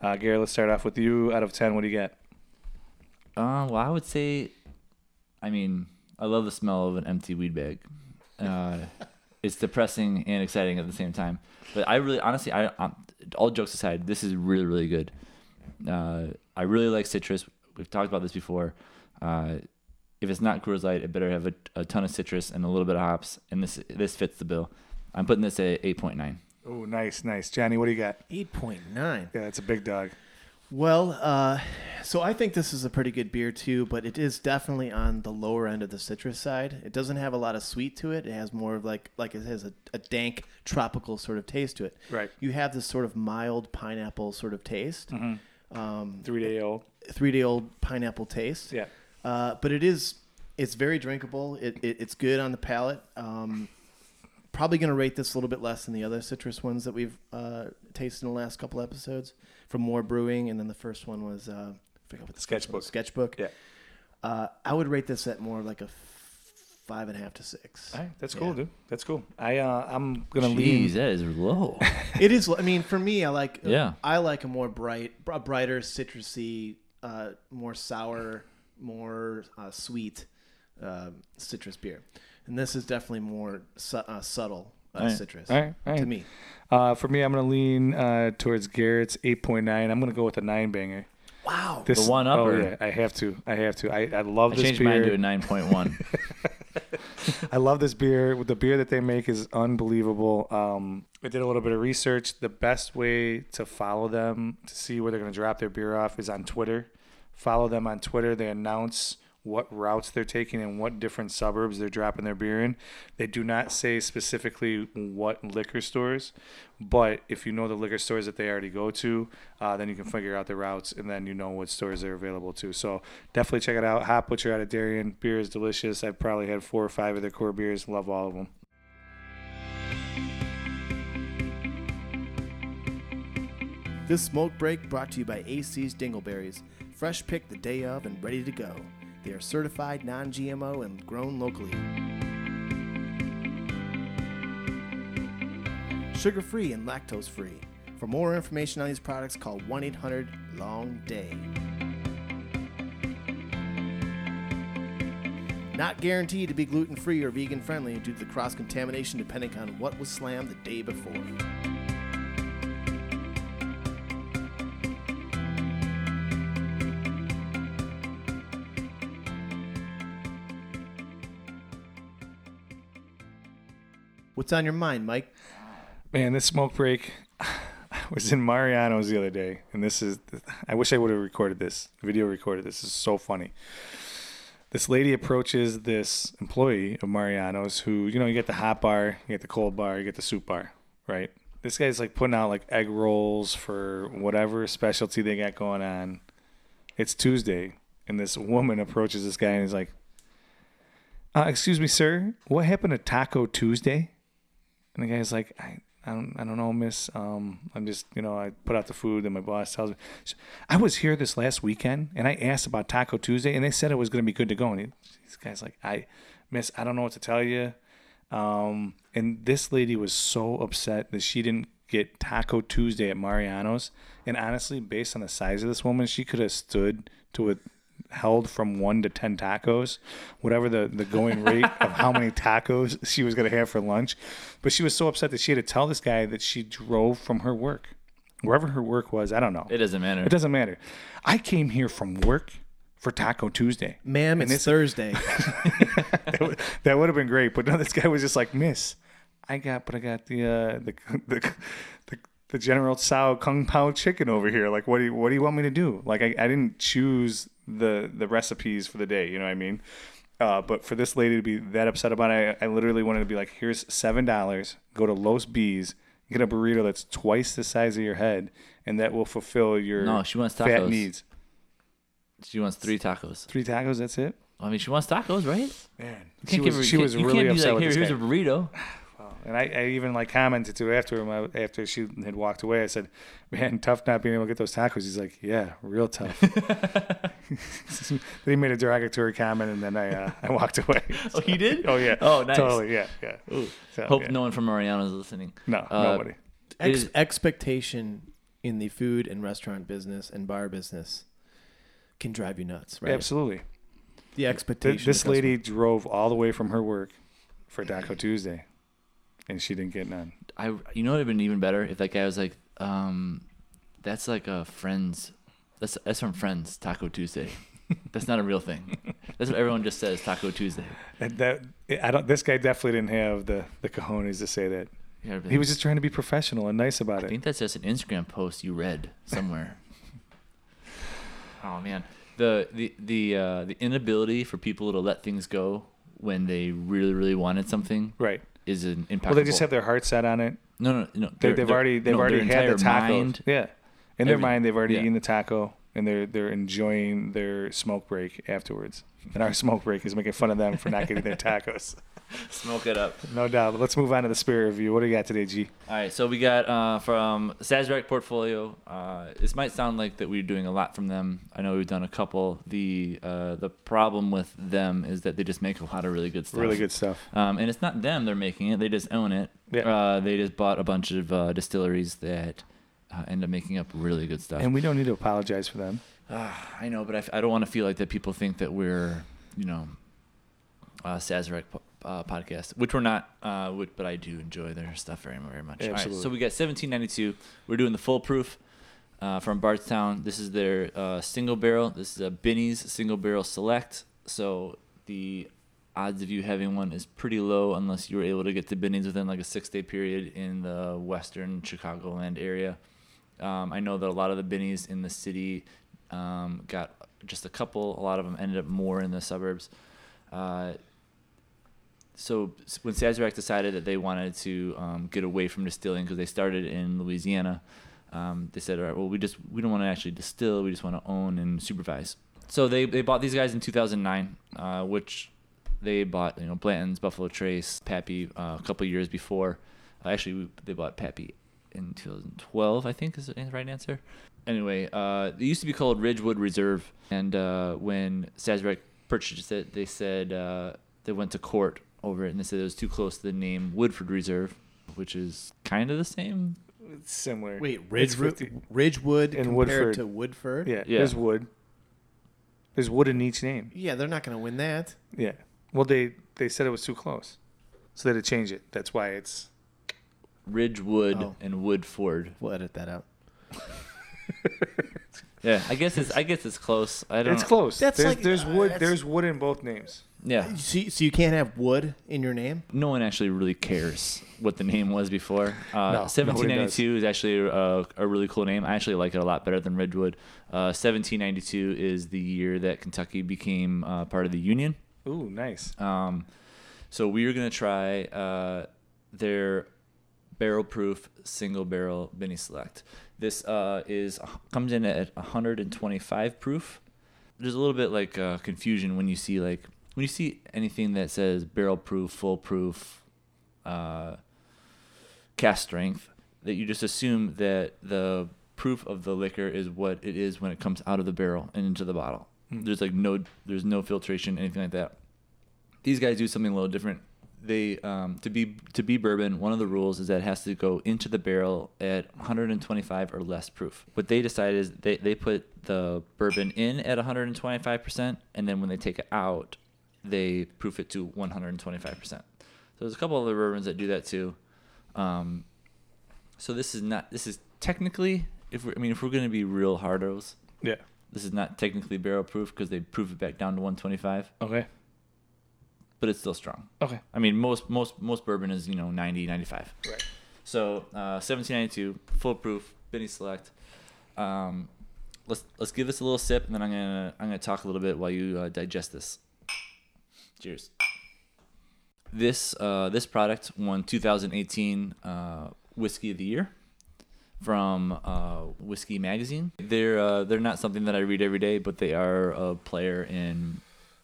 S1: Uh, Gary, let's start off with you. Out of 10, what do you get?
S2: Uh, well, I would say, I mean, I love the smell of an empty weed bag. Uh, it's depressing and exciting at the same time. But I really, honestly, I i all jokes aside, this is really, really good. Uh, I really like citrus. We've talked about this before. Uh, if it's not Coors Light, it better have a, a ton of citrus and a little bit of hops. And this this fits the bill. I'm putting this at 8.9.
S1: Oh, nice, nice. Johnny, what do you got?
S3: 8.9.
S1: Yeah, that's a big dog.
S3: Well, uh, so I think this is a pretty good beer too, but it is definitely on the lower end of the citrus side. It doesn't have a lot of sweet to it. It has more of like like it has a, a dank tropical sort of taste to it.
S1: Right.
S3: You have this sort of mild pineapple sort of taste,
S1: Mm-hmm. Three day old.
S3: three day old pineapple taste.
S1: Yeah.
S3: Uh, but it is it's very drinkable. It, it it's good on the palate. Um, probably going to rate this a little bit less than the other citrus ones that we've uh, tasted in the last couple episodes from More Brewing, and then the first one was uh, I forgot what the first one was,
S1: Sketchbook.
S3: Sketchbook.
S1: Yeah.
S3: Uh, I would rate this at more like a f- five and a half to six.
S1: All right, that's cool,
S3: Yeah.
S1: dude. That's cool. I uh, I'm gonna
S2: Jeez,
S1: lean.
S2: that
S1: [laughs]
S2: is low.
S3: It is. I mean, for me, I like. uh,
S2: Yeah.
S3: I like a more bright, a brighter, citrusy, uh, more sour, more uh, sweet uh, citrus beer, and this is definitely more su- uh, subtle uh,
S2: All right.
S3: citrus
S1: All right, all right.
S3: to me.
S1: Uh, for me, I'm gonna lean uh, towards Garrett's 8.9. I'm gonna go with a nine banger.
S3: Wow.
S1: This
S2: The one-upper.
S1: Oh yeah, I have to. I have to. I, I love
S2: I
S1: this
S2: changed mine to a
S1: beer.
S2: 9.1.
S1: [laughs] I love this beer. The beer that they make is unbelievable. Um, I did a little bit of research. The best way to follow them to see where they're gonna drop their beer off is on Twitter. Follow them on Twitter. They announce what routes they're taking and what different suburbs they're dropping their beer in. They do not say specifically what liquor stores, but if you know the liquor stores that they already go to, uh, then you can figure out the routes and then you know what stores they're available to. So definitely check it out. Hop Butcher out of Darien. Beer is delicious. I've probably had four or five of their core beers. Love all of them.
S3: This smoke break brought to you by AC's Dingleberries, fresh picked the day of and ready to go. They are certified non-GMO and grown locally. Sugar-free and lactose-free. For more information on these products, call 1-800-LONG-DAY. Not guaranteed to be gluten-free or vegan-friendly due to the cross-contamination depending on what was slammed the day before. What's on your mind, Mike?
S1: Man, this smoke break. [sighs] I was in Mariano's the other day, and this is. I wish I would have recorded this, video recorded this. This is so funny. This lady approaches this employee of Mariano's who, you know, you get the hot bar, you get the cold bar, you get the soup bar, right? This guy's like putting out like egg rolls for whatever specialty they got going on. It's Tuesday, and this woman approaches this guy and he's like, uh, "Excuse me, sir, what happened to Taco Tuesday?" And the guy's like, I, I don't, I don't know, miss. Um, I'm just, you know, I put out the food and my boss tells me. She- I was here this last weekend and I asked about Taco Tuesday and they said it was going to be good to go. And he, this guy's like, I, miss, I don't know what to tell you. Um, and this lady was so upset that she didn't get Taco Tuesday at Mariano's. And honestly, based on the size of this woman, she could have stood to with held from one to ten tacos, whatever the, the going rate of how many tacos she was gonna have for lunch. But she was so upset that she had to tell this guy that she drove from her work wherever her work was. I don't know.
S2: It doesn't matter.
S1: [laughs] It doesn't matter. I came here from work for Taco Tuesday.
S3: Ma'am, it's
S1: [laughs]
S3: Thursday.
S1: that, would, that would have been great, but no, this guy was just like, Miss, I got, but I got the uh, the, the the the General Tso Kung Pao chicken over here. Like, what do you what do you want me to do? Like, I, I didn't choose the the recipes for the day. You know what I mean? Uh, but for this lady to be that upset about it, I, I literally wanted to be like, here's seven dollars. Go to Los Bees, get a burrito that's twice the size of your head, and that will fulfill your
S2: No, she wants
S1: fat
S2: tacos.
S1: needs.
S2: She wants three tacos.
S1: Three tacos. That's it.
S2: I mean, she wants tacos, right?
S1: Man,
S2: You
S1: she
S2: can't give
S1: was
S2: her-
S1: she
S2: you
S1: was
S2: can't- you
S1: really
S2: can't be
S1: upset
S2: like,
S1: with this
S2: Here,
S1: guy.
S2: here's a burrito.
S1: And I, I even like commented to her after my, after she had walked away. I said, "Man, tough not being able to get those tacos." He's like, "Yeah, real
S2: [laughs]
S1: tough." [laughs] then he made a derogatory comment, and then I uh, I walked away.
S2: [laughs] Oh, he did?
S1: oh yeah.
S2: Oh, nice.
S1: Totally. Yeah. Yeah. So,
S2: Hope
S1: yeah.
S2: no one from Mariana is listening.
S1: No.
S2: Uh,
S1: nobody.
S3: Ex-
S2: is-
S3: expectation in the food and restaurant business and bar business can drive you nuts, right?
S1: Absolutely.
S3: The
S1: Th-
S3: expectation. of
S1: this
S3: customers.
S1: lady drove all the way from her work for Taco Tuesday, and she didn't get none.
S2: I you know what would have been even better if that guy was like, um, that's like a Friends, that's that's from Friends Taco Tuesday. [laughs]
S1: [laughs]
S2: That's not a real thing. That's what everyone just says Taco Tuesday.
S1: And that I don't. This guy definitely didn't have the the cojones to say that.
S2: Yeah, but
S1: He was just trying to be professional and nice about
S2: I
S1: it.
S2: think that's just an Instagram post you read somewhere. oh man, the the the uh, the inability for people to let things go when they really really wanted something
S1: Right.
S2: is an impact.
S1: Well, they just have their heart set on it.
S2: no no no.
S1: They,
S2: their-
S1: they've
S2: their-
S1: already they've
S2: no, their
S1: already had the
S2: entire
S1: taco.
S2: mind-
S1: yeah, in their
S2: Every-
S1: mind they've already
S2: yeah.
S1: eaten the taco and they're they're enjoying their smoke break afterwards. And our [laughs] smoke break is making fun of them for not getting their tacos.
S2: Smoke it up.
S1: [laughs] No doubt. But let's move on to the spirit review. What do you got today, G?
S2: All right, so we got uh, from Sazerac Portfolio. Uh, this might sound like that we're doing a lot from them. I know we've done a couple. The uh, the problem with them is that they just make a lot of really good stuff.
S1: Really good stuff.
S2: Um, and it's not them; they're making it. They just own it.
S1: Yeah.
S2: Uh, they just bought a bunch of uh, distilleries that uh, end up making up really good stuff.
S1: And we don't need to apologize for them.
S2: Ah, I know, but I f- I, don't want to feel like that. People think that we're, you know, uh, Sazerac po- uh, podcast, which we're not. Uh, which, but I do enjoy their stuff very, mu- very much. All right,
S1: Absolutely.
S2: so we got 1792. We're doing the foolproof uh, from Bardstown. This is their uh, single barrel. This is a Binny's single barrel select. So the odds of you having one is pretty low unless you were able to get to Binny's within like a six day period in the western Chicagoland area. Um, I know that a lot of the Binnies in the city um, got just a couple. A lot of them ended up more in the suburbs. Uh, so s- when Sazerac decided that they wanted to um, get away from distilling because they started in Louisiana, um, they said, "All right, well, we just we don't want to actually distill. We just want to own and supervise." So they they bought these guys in 2009, uh, which they bought you know Blanton's, Buffalo Trace, Pappy uh, a couple years before. Uh, actually, we, they bought Pappy in 2012, I think is the right answer. Anyway, uh, it used to be called Ridgewood Reserve, and uh, when Sazerac purchased it, they said uh, they went to court over it, and they said it was too close to the name Woodford Reserve, which is kind of the same.
S1: It's similar.
S3: Wait,
S1: It's
S3: Ridgewood,
S1: 50
S3: Ridgewood
S1: And
S3: compared
S1: Woodford.
S3: to Woodford.
S1: Yeah,
S2: Yeah.
S1: There's wood. There's wood in each name.
S3: yeah, they're not going to win that.
S1: Yeah. Well, they they said it was too close, so they had to change it. That's why it's
S2: Ridgewood
S3: Oh.
S2: and Woodford.
S3: We'll edit that out.
S2: [laughs] Yeah, I guess it's I guess it's close. I don't.
S1: it's close.
S3: That's
S1: there's,
S3: like-
S1: there's
S3: uh,
S1: wood.
S3: that's-
S1: There's wood in both names.
S2: Yeah,
S3: So, so you can't have wood in your name.
S2: no one actually really cares what the name was before. Uh,
S1: No,
S2: 1792 is actually a, a really cool name. I actually like it a lot better than Ridgewood. Uh, 1792 is the year that Kentucky became uh, part of the Union.
S1: Ooh, nice.
S2: Um, so we are gonna try uh, their barrel proof single barrel Benny Select. This uh, is comes in at 125 proof. There's a little bit like uh, confusion when you see like when you see anything that says barrel proof, full proof, uh, cast strength, that you just assume that the proof of the liquor is what it is when it comes out of the barrel and into the bottle. There's like no there's no filtration anything like that these guys do something a little different. They um, to be to be bourbon, one of the rules is that it has to go into the barrel at 125 or less proof. What they decide is they, they put the bourbon in at 125 percent, and then when they take it out, they proof it to 125 percent. So there's a couple other bourbons that do that too. Um, so this is not this is technically if we're, I mean, if we're gonna be real hardos,
S1: Yeah.
S2: this is not technically barrel proof because they proof it back down to 125,
S1: Okay.
S2: but it's still strong.
S1: Okay.
S2: I mean, most most most bourbon is you know 90, 95.
S1: Right.
S2: So uh, 1792, full proof, Benny Select. Um, let's let's give this a little sip, and then I'm gonna I'm gonna talk a little bit while you uh, digest this. Cheers. This uh, this product won 2018 uh, Whiskey of the Year from uh, Whiskey Magazine. They're uh, they're not something that I read every day, but they are a player in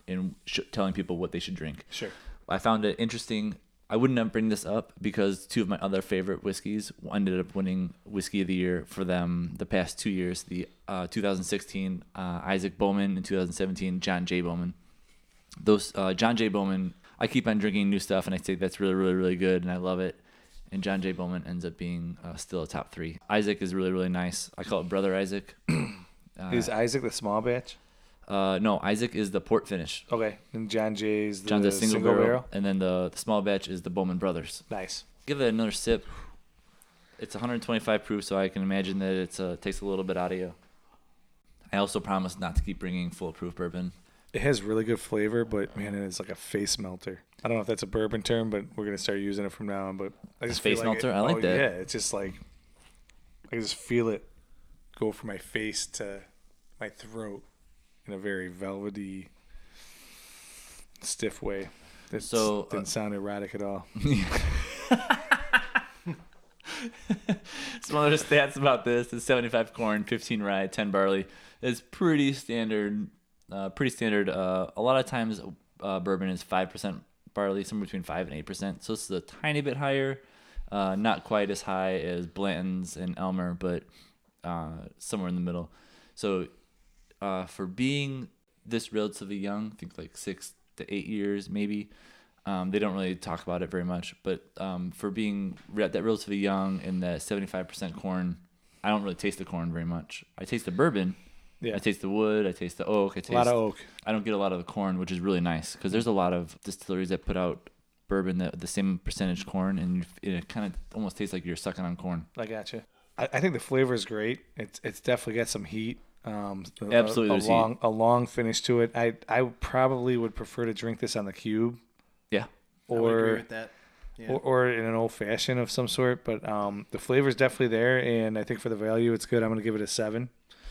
S2: in sh- telling people what they should drink.
S1: Sure.
S2: I found it interesting. I wouldn't have bring this up because two of my other favorite whiskeys ended up winning whiskey of the year for them the past two years. The uh, 2016 uh, Isaac Bowman and 2017 John J Bowman. Those uh, John J Bowman, I keep on drinking new stuff and I think that's really really really good and I love it. And John J Bowman ends up being uh, still a top three. Isaac is really really nice. I call it Brother Isaac.
S1: is Isaac the small batch?
S2: Uh, no, Isaac is the port finish.
S1: Okay. And John Jay's the
S2: John's a single,
S1: single, barrel.
S2: and then the, the small batch is the Bowman Brothers.
S1: Nice.
S2: give it another sip. It's 125 proof, so I can imagine that it's uh, takes a little bit out of you. I also promise not to keep bringing full proof bourbon.
S1: It has really good flavor, but man, it is like a face melter. I don't know if that's a bourbon term, but we're gonna start using it from now on. But I just
S2: face
S1: feel like it-
S2: melter? I like
S1: oh,
S2: that.
S1: Yeah, it's just like I just feel it go from my face to my throat in a very velvety, stiff way. It
S2: So, uh,
S1: didn't sound erotic at
S2: [laughs]
S1: all.
S2: [laughs] Some other stats about this: is 75 corn, 15 rye, 10 barley. It's pretty standard. Uh, pretty standard. Uh, a lot of times, uh, bourbon is five percent barley, somewhere between five and eight percent. So this is a tiny bit higher. Uh, not quite as high as Blanton's and Elmer, but uh, somewhere in the middle. So uh, for being this relatively young, I think like six to eight years maybe. Um, they don't really talk about it very much, but um, for being re- that relatively young and that 75% corn, I don't really taste the corn very much. I taste the bourbon.
S1: Yeah.
S2: I taste the wood. I taste the oak. I taste
S1: A lot of oak.
S2: I don't get a lot of the corn, which is really nice because there's a lot of distilleries that put out bourbon that the same percentage corn, and it kind of almost tastes like you're sucking on corn.
S1: I gotcha. I, I think the flavor is great. It's it's definitely got some heat. Um, a-
S2: Absolutely,
S1: a,
S2: there's heat.
S1: long a long finish to it. I I probably would prefer to drink this on the cube
S2: Yeah,
S1: or
S3: I would agree with that. Yeah.
S1: or, or in an old fashioned of some sort. But um, the flavor is definitely there, and I think for the value, it's good. I'm gonna give it a seven.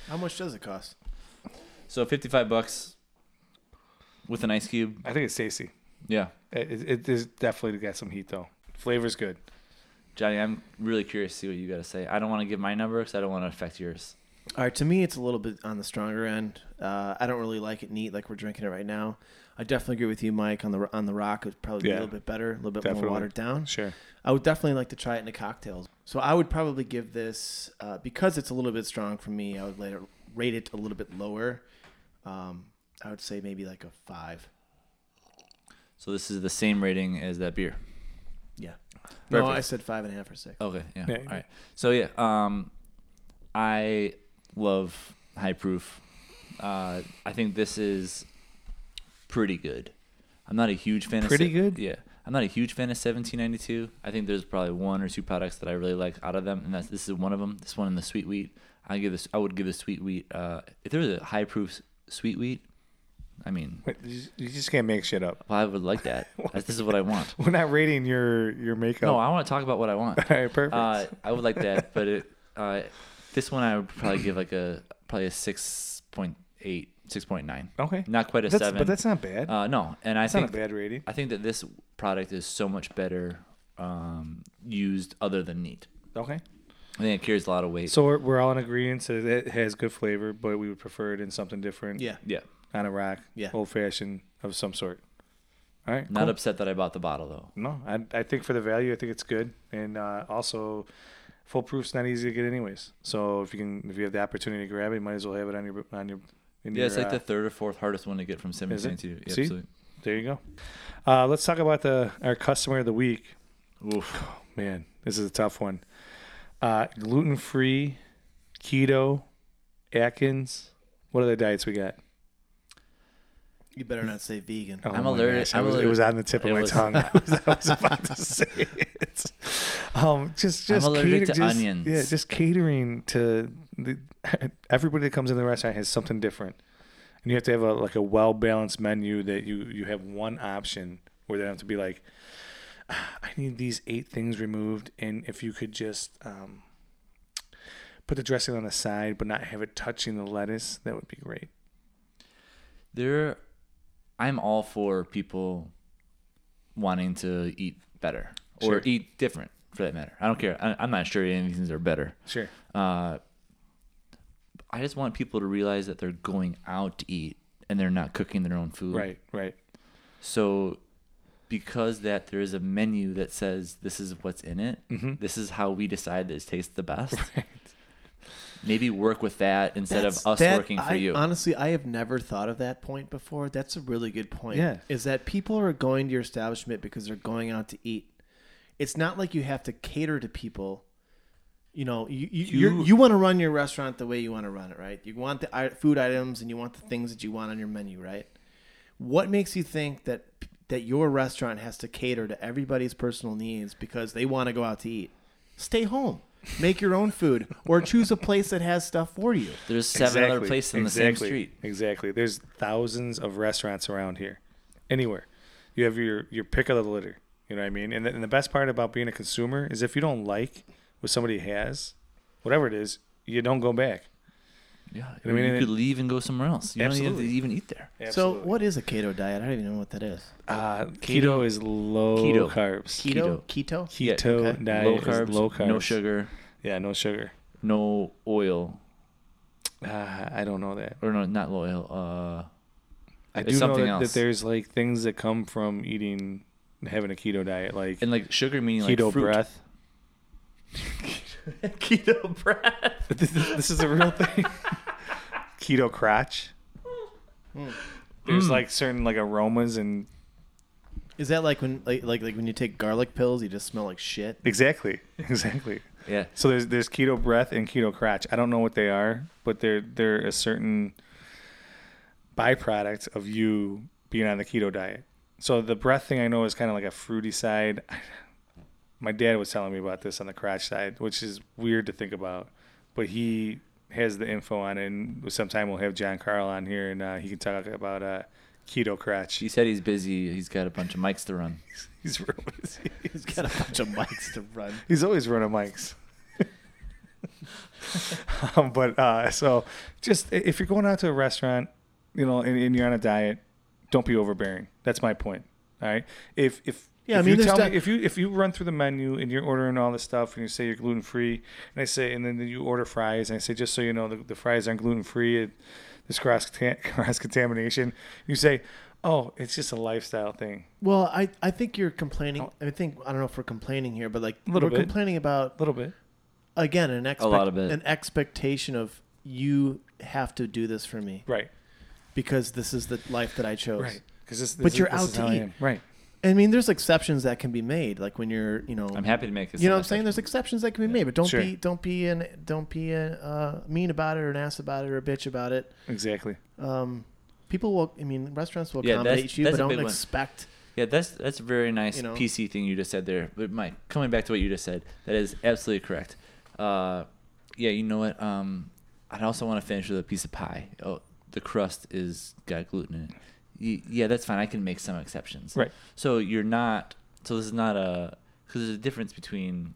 S3: How much does it cost?
S2: so 55 bucks with an ice cube.
S1: I think it's tasty.
S2: Yeah,
S1: It, it, it is definitely got some heat though. Flavor's good.
S2: Johnny, I'm really curious to see what you got to say. I don't want to give my number because I don't want to affect yours.
S3: All right, to me, it's a little bit on the stronger end. Uh, I don't really like it neat, like we're drinking it right now. I definitely agree with you, Mike. On the on the rock, it'd probably be
S1: Yeah.
S3: a little bit better, a little bit
S1: Definitely.
S3: more watered down.
S1: Sure.
S3: I would definitely like to try it in a cocktail. So I would probably give this uh, because it's a little bit strong for me. I would later rate it a little bit lower. Um, I would say maybe like a five.
S2: So this is the same rating as that beer.
S3: Yeah. No,
S2: Perfect.
S3: I said five and a half or six.
S2: Okay, yeah.
S1: Yeah.
S2: All right. So yeah, um, I love high proof. Uh, I think this is pretty good. I'm not a huge fan.
S1: Pretty
S2: of
S1: good?
S2: Yeah, I'm not a huge fan of 1792. I think there's probably one or two products that I really like out of them, and that's this is one of them. This one in the sweet wheat. I give this. I would give the sweet wheat. Uh, if there was a high proof sweet wheat, I mean,
S1: Wait, you you just can't make shit up. [laughs]
S2: well, I would like that. That's, this is what I want.
S1: We're not rating your your makeup.
S2: No, I want to talk about what I want.
S1: [laughs] All right, perfect.
S2: Uh, I would like that, but it, uh, this one I would probably give like a probably a 6.8, 6.9.
S1: okay.
S2: Not quite a
S1: That's-
S2: seven.
S1: But that's not bad.
S2: uh, no, and I
S1: that's
S2: think
S1: not a bad rating.
S2: I think that this product is so much better um, used other than neat.
S1: Okay.
S2: I think it carries a lot of weight.
S1: So we're, we're all in agreement that it has good flavor, but we would prefer it in something different.
S3: Yeah.
S2: yeah,
S1: On a rack.
S3: Yeah.
S1: Old fashioned of some sort. All right.
S2: not
S1: cool.
S2: upset that I bought the bottle though.
S1: No, I, I think for the value, I think it's good, and uh, also full proof's not easy to get anyways. So if you can, if you have the opportunity to grab it, you might as well have it on your on your. In
S2: Yeah, it's
S1: your,
S2: like
S1: uh,
S2: the third or fourth hardest one to get from
S1: it?
S2: 1792. Yeah,
S1: See?
S2: absolutely.
S1: there you go. Uh, let's talk about the our customer of the week.
S2: Oof.
S1: Man, this is a tough one. Uh, Gluten free, keto, Atkins. What other diets we got?
S3: You better not say vegan.
S1: Oh
S2: I'm
S1: my
S2: allergic-
S1: gosh, I
S2: I'm
S1: was, it [laughs]
S2: [laughs] allergic-
S1: was on the tip of
S2: it
S1: my
S2: was-
S1: tongue. I was, I was about to say it. um, just just
S2: allergic
S1: cater-
S2: to
S1: just-
S2: onions.
S1: Yeah, just catering to the, [laughs] everybody that comes in the restaurant has something different, and you have to have a like a well balanced menu that you you have one option where they don't have to be like, "Ah, I need these eight things removed, and if you could just um, put the dressing on the side but not have it touching the lettuce, that would be great.
S2: There, I'm all for people wanting to eat better
S1: Sure.
S2: or eat different, for that matter. I don't care. I, I'm not sure anything's are better.
S1: Sure.
S2: Uh, I just want people to realize that they're going out to eat and they're not cooking their own food.
S1: Right. Right.
S2: So because that there is a menu that says this is what's in it, this is how we decide this tastes the best. Maybe work with that instead
S3: That's-
S2: of us
S3: that-
S2: working for
S3: I-
S2: you.
S3: Honestly, I have never thought of that point before. That's a really good point.
S1: Yeah.
S3: Is that people are going to your establishment because they're going out to eat. It's not like you have to cater to people. You know, you you, you're- you
S2: You-
S3: want to run your restaurant the way you want to run it, right? You want the i- food items and you want the things that you want on your menu, right? What makes you think that that your restaurant has to cater to everybody's personal needs because they want to go out to eat? Stay home. Make your own food or choose a place that has stuff for you.
S2: There's seven other places on the same street.
S1: Exactly. There's thousands of restaurants around here. Anywhere. You have your, your pick of the litter. You know what I mean? And the, and the best part about being a consumer is if you don't like what somebody has, whatever it is, you don't go back.
S2: Yeah.
S1: I mean,
S2: you
S1: and
S2: could leave and go somewhere else. You don't
S1: Absolutely.
S2: even have to even eat there.
S1: Absolutely.
S3: So, what is a keto diet? I don't even know what that is.
S1: Uh, keto is low
S2: Keto.
S1: carbs.
S2: Keto.
S3: Keto?
S2: Yeah,
S1: Keto
S3: okay.
S1: diet
S2: low
S1: is
S2: carbs,
S1: low carbs.
S2: no sugar,
S1: Yeah, no sugar.
S2: no oil,
S1: Uh, I don't know that.
S2: or no, not low oil. Uh,
S1: I
S2: It's
S1: do know
S2: something
S1: that, that
S2: else.
S1: there's like things that come from eating, having a keto diet, like,
S2: and like sugar meaning
S1: keto
S2: like fruit.
S1: breath. [laughs]
S2: keto breath.
S1: this, is- this is a real thing. [laughs] Keto crotch. Hmm. There's like certain like aromas and
S3: Is that like when like, like like when you take garlic pills, you just smell like shit?
S1: exactly, exactly.
S2: Yeah.
S1: So there's there's keto breath and keto crotch. I don't know what they are, but they're they're a certain byproduct of you being on the keto diet. So the breath thing I know is kind of like a fruity side. [sighs] My dad was telling me about this on the crotch side, which is weird to think about, but he has the info on it. And sometime we'll have John Carl on here, and uh, he can talk about uh, keto crotch.
S2: He said he's busy. He's got a bunch of mics to run.
S1: [laughs] He's real busy.
S3: [laughs] He's got a bunch of mics to run.
S1: [laughs] He's always running mics. [laughs] um, but uh, so, just i- if you're going out to a restaurant, you know, and, and you're on a diet, don't be overbearing. That's my point. All right. If if
S3: Yeah, I
S1: if
S3: mean,
S1: you
S3: there's
S1: tell
S3: di-
S1: me if you if you run through the menu and you're ordering all this stuff and you say you're gluten free and I say and then you order fries and I say just so you know the, the fries aren't gluten free there's cross [laughs] cross contamination you say oh it's just a lifestyle thing
S3: Well, I, I think you're complaining. I think I don't know if we're complaining here, but like
S1: Little
S3: we're
S1: bit.
S3: complaining
S1: a
S3: about
S1: little bit
S3: again an expect,
S2: lot of it.
S3: an expectation of you have to do this for me
S1: right
S3: because this is the life that I chose.
S1: right because this, this
S3: But
S1: is-
S3: you're
S1: this
S3: out
S1: is
S3: to
S1: how I
S3: eat.
S1: am. right
S3: I mean, there's exceptions that can be made, like when you're you know
S1: Oh.
S2: I'm happy to make this.
S3: you know what I'm saying? There's exceptions that can be made, but don't
S1: Sure.
S3: be don't be an don't be a, uh, mean about it or an ass about it or a bitch about it.
S1: exactly
S3: Um, people will. I mean, restaurants will
S2: Yeah, that's-
S3: accommodate you,
S2: that's
S3: but
S2: a
S3: don't
S2: big one.
S3: expect.
S2: Yeah, that's that's a very nice
S3: You know?
S2: PC thing you just said there. But Mike, coming back to what you just said, that is absolutely correct. Uh, yeah, you know what? Um, I'd also want to finish with a piece of pie. Oh, the crust is got gluten in it. Y- Yeah, that's fine. I can make some exceptions.
S1: Right.
S2: So you're not. So this is not a because there's a difference between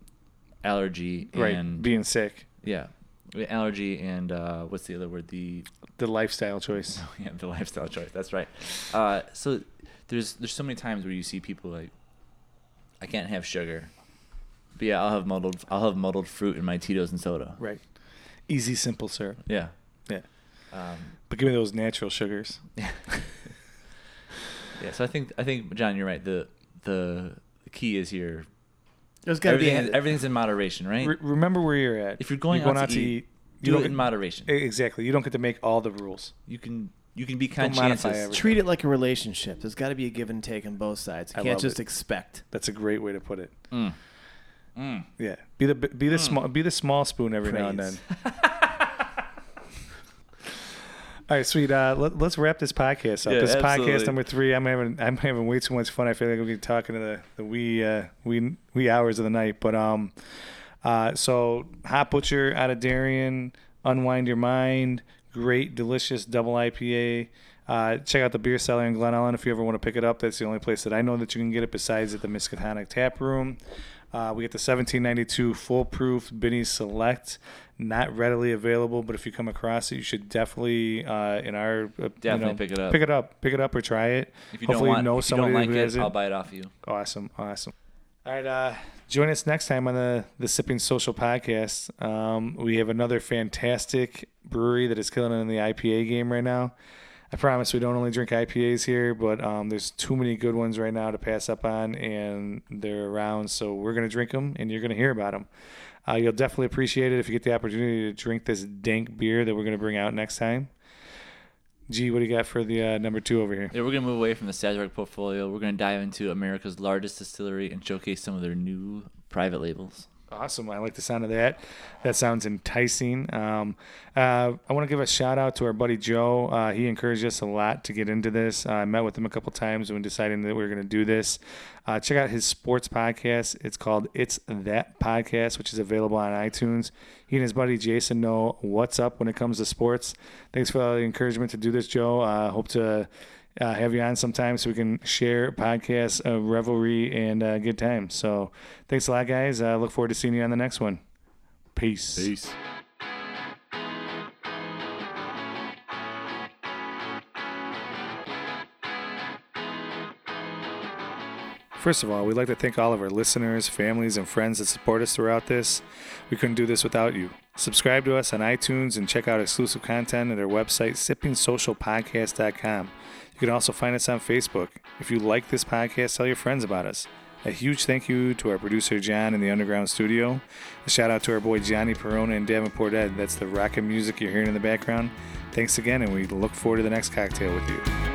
S2: allergy and
S1: right being sick
S2: yeah, allergy and uh, what's the other word? The
S1: the lifestyle
S2: [laughs]
S1: choice
S2: Oh, yeah, the lifestyle choice. That's right. Uh, so there's there's so many times where you see people like, I can't have sugar, but yeah, I'll have muddled I'll have muddled fruit in my Tito's and soda.
S1: right easy simple syrup
S2: Yeah.
S1: yeah
S2: Um,
S1: but give me those natural sugars [laughs]
S2: yeah. So I think I think John, you're right. The the, the key is here.
S3: There's got to be.
S2: Everything, everything's in moderation, right?
S1: Re- remember where you're at
S2: If you're going out to eat,
S1: you
S2: Do
S1: don't
S2: it in
S1: get-
S2: moderation.
S1: e- exactly you don't get to make all the rules
S2: You can you can be
S1: Don't modify
S2: conscientious.
S1: everything.
S3: treat it like a relationship. There's got to be a give and take on both sides. You
S1: I
S3: can't
S1: love
S3: just
S1: it.
S3: expect.
S1: that's a great way to put it
S2: Mm. Hmm. Mm.
S1: yeah be the be the small be the small spoon every now and then
S3: Praise.
S1: All right, sweet. Uh, let, us wrap this podcast up.
S2: Yeah,
S1: this
S2: absolutely.
S1: podcast number three. I'm having [laughs] I'm having way too much fun. I feel like we be talking to the the wee uh, wee wee hours of the night. But um, uh, so hot butcher out of Darien, unwind your mind. Great, delicious double IPA. Uh, check out the beer cellar in Glen Ellen if you ever want to pick it up. That's the only place that I know that you can get it besides at the Miskatonic Tap Room. Uh, we get the 1792 foolproof Binny Select, not readily available, but if you come across it, you should definitely, uh, in our uh, you
S2: Definitely
S1: know,
S2: pick it up.
S1: pick it up, pick it up, or try it.
S2: [laughs] If you
S1: Hopefully,
S2: don't want,
S1: know
S2: if you don't
S1: somebody
S2: like
S1: who has
S2: it,
S1: it.
S2: I'll buy it off you.
S1: Awesome, awesome. All right, uh, join us next time on the the Sipping Social podcast. Um, we have another fantastic brewery that is killing it in the IPA game right now. I promise we don't only drink IPAs here, but um, there's too many good ones right now to pass up on, and they're around, so we're gonna drink them, and you're gonna hear about them. Uh, you'll definitely appreciate it if you get the opportunity to drink this dank beer that we're gonna bring out next time. Gee, what do you got for the uh, number two over here?
S2: Yeah, we're gonna move away from the Sazerac portfolio. We're gonna dive into America's largest distillery and showcase some of their new private labels.
S1: Awesome. I like the sound of that. That sounds enticing. Um, uh, I want to give a shout out to our buddy Joe. Uh, he encouraged us a lot to get into this. Uh, I met with him a couple times when deciding that we were going to do this. Uh, check out his sports podcast. It's called It's That Podcast, which is available on iTunes. He and his buddy Jason know what's up when it comes to sports. Thanks for all the encouragement to do this, Joe. Uh, hope to uh, have you on sometime so we can share podcasts, uh, revelry, and uh, good time. So thanks a lot, guys. Uh, look forward to seeing you on the next one. Peace. First of all, we'd like to thank all of our listeners, families, and friends that support us throughout this. We couldn't do this without you. Subscribe to us on iTunes and check out exclusive content at our website, sippingsocialpodcast.com. You can also find us on Facebook. If you like this podcast, tell your friends about us. A huge thank you to our producer, John, in the Underground Studio. A shout out to our boy, Johnny Perona and Davenport Ed. That's the rock and music you're hearing in the background. Thanks again, and we look forward to the next cocktail with you.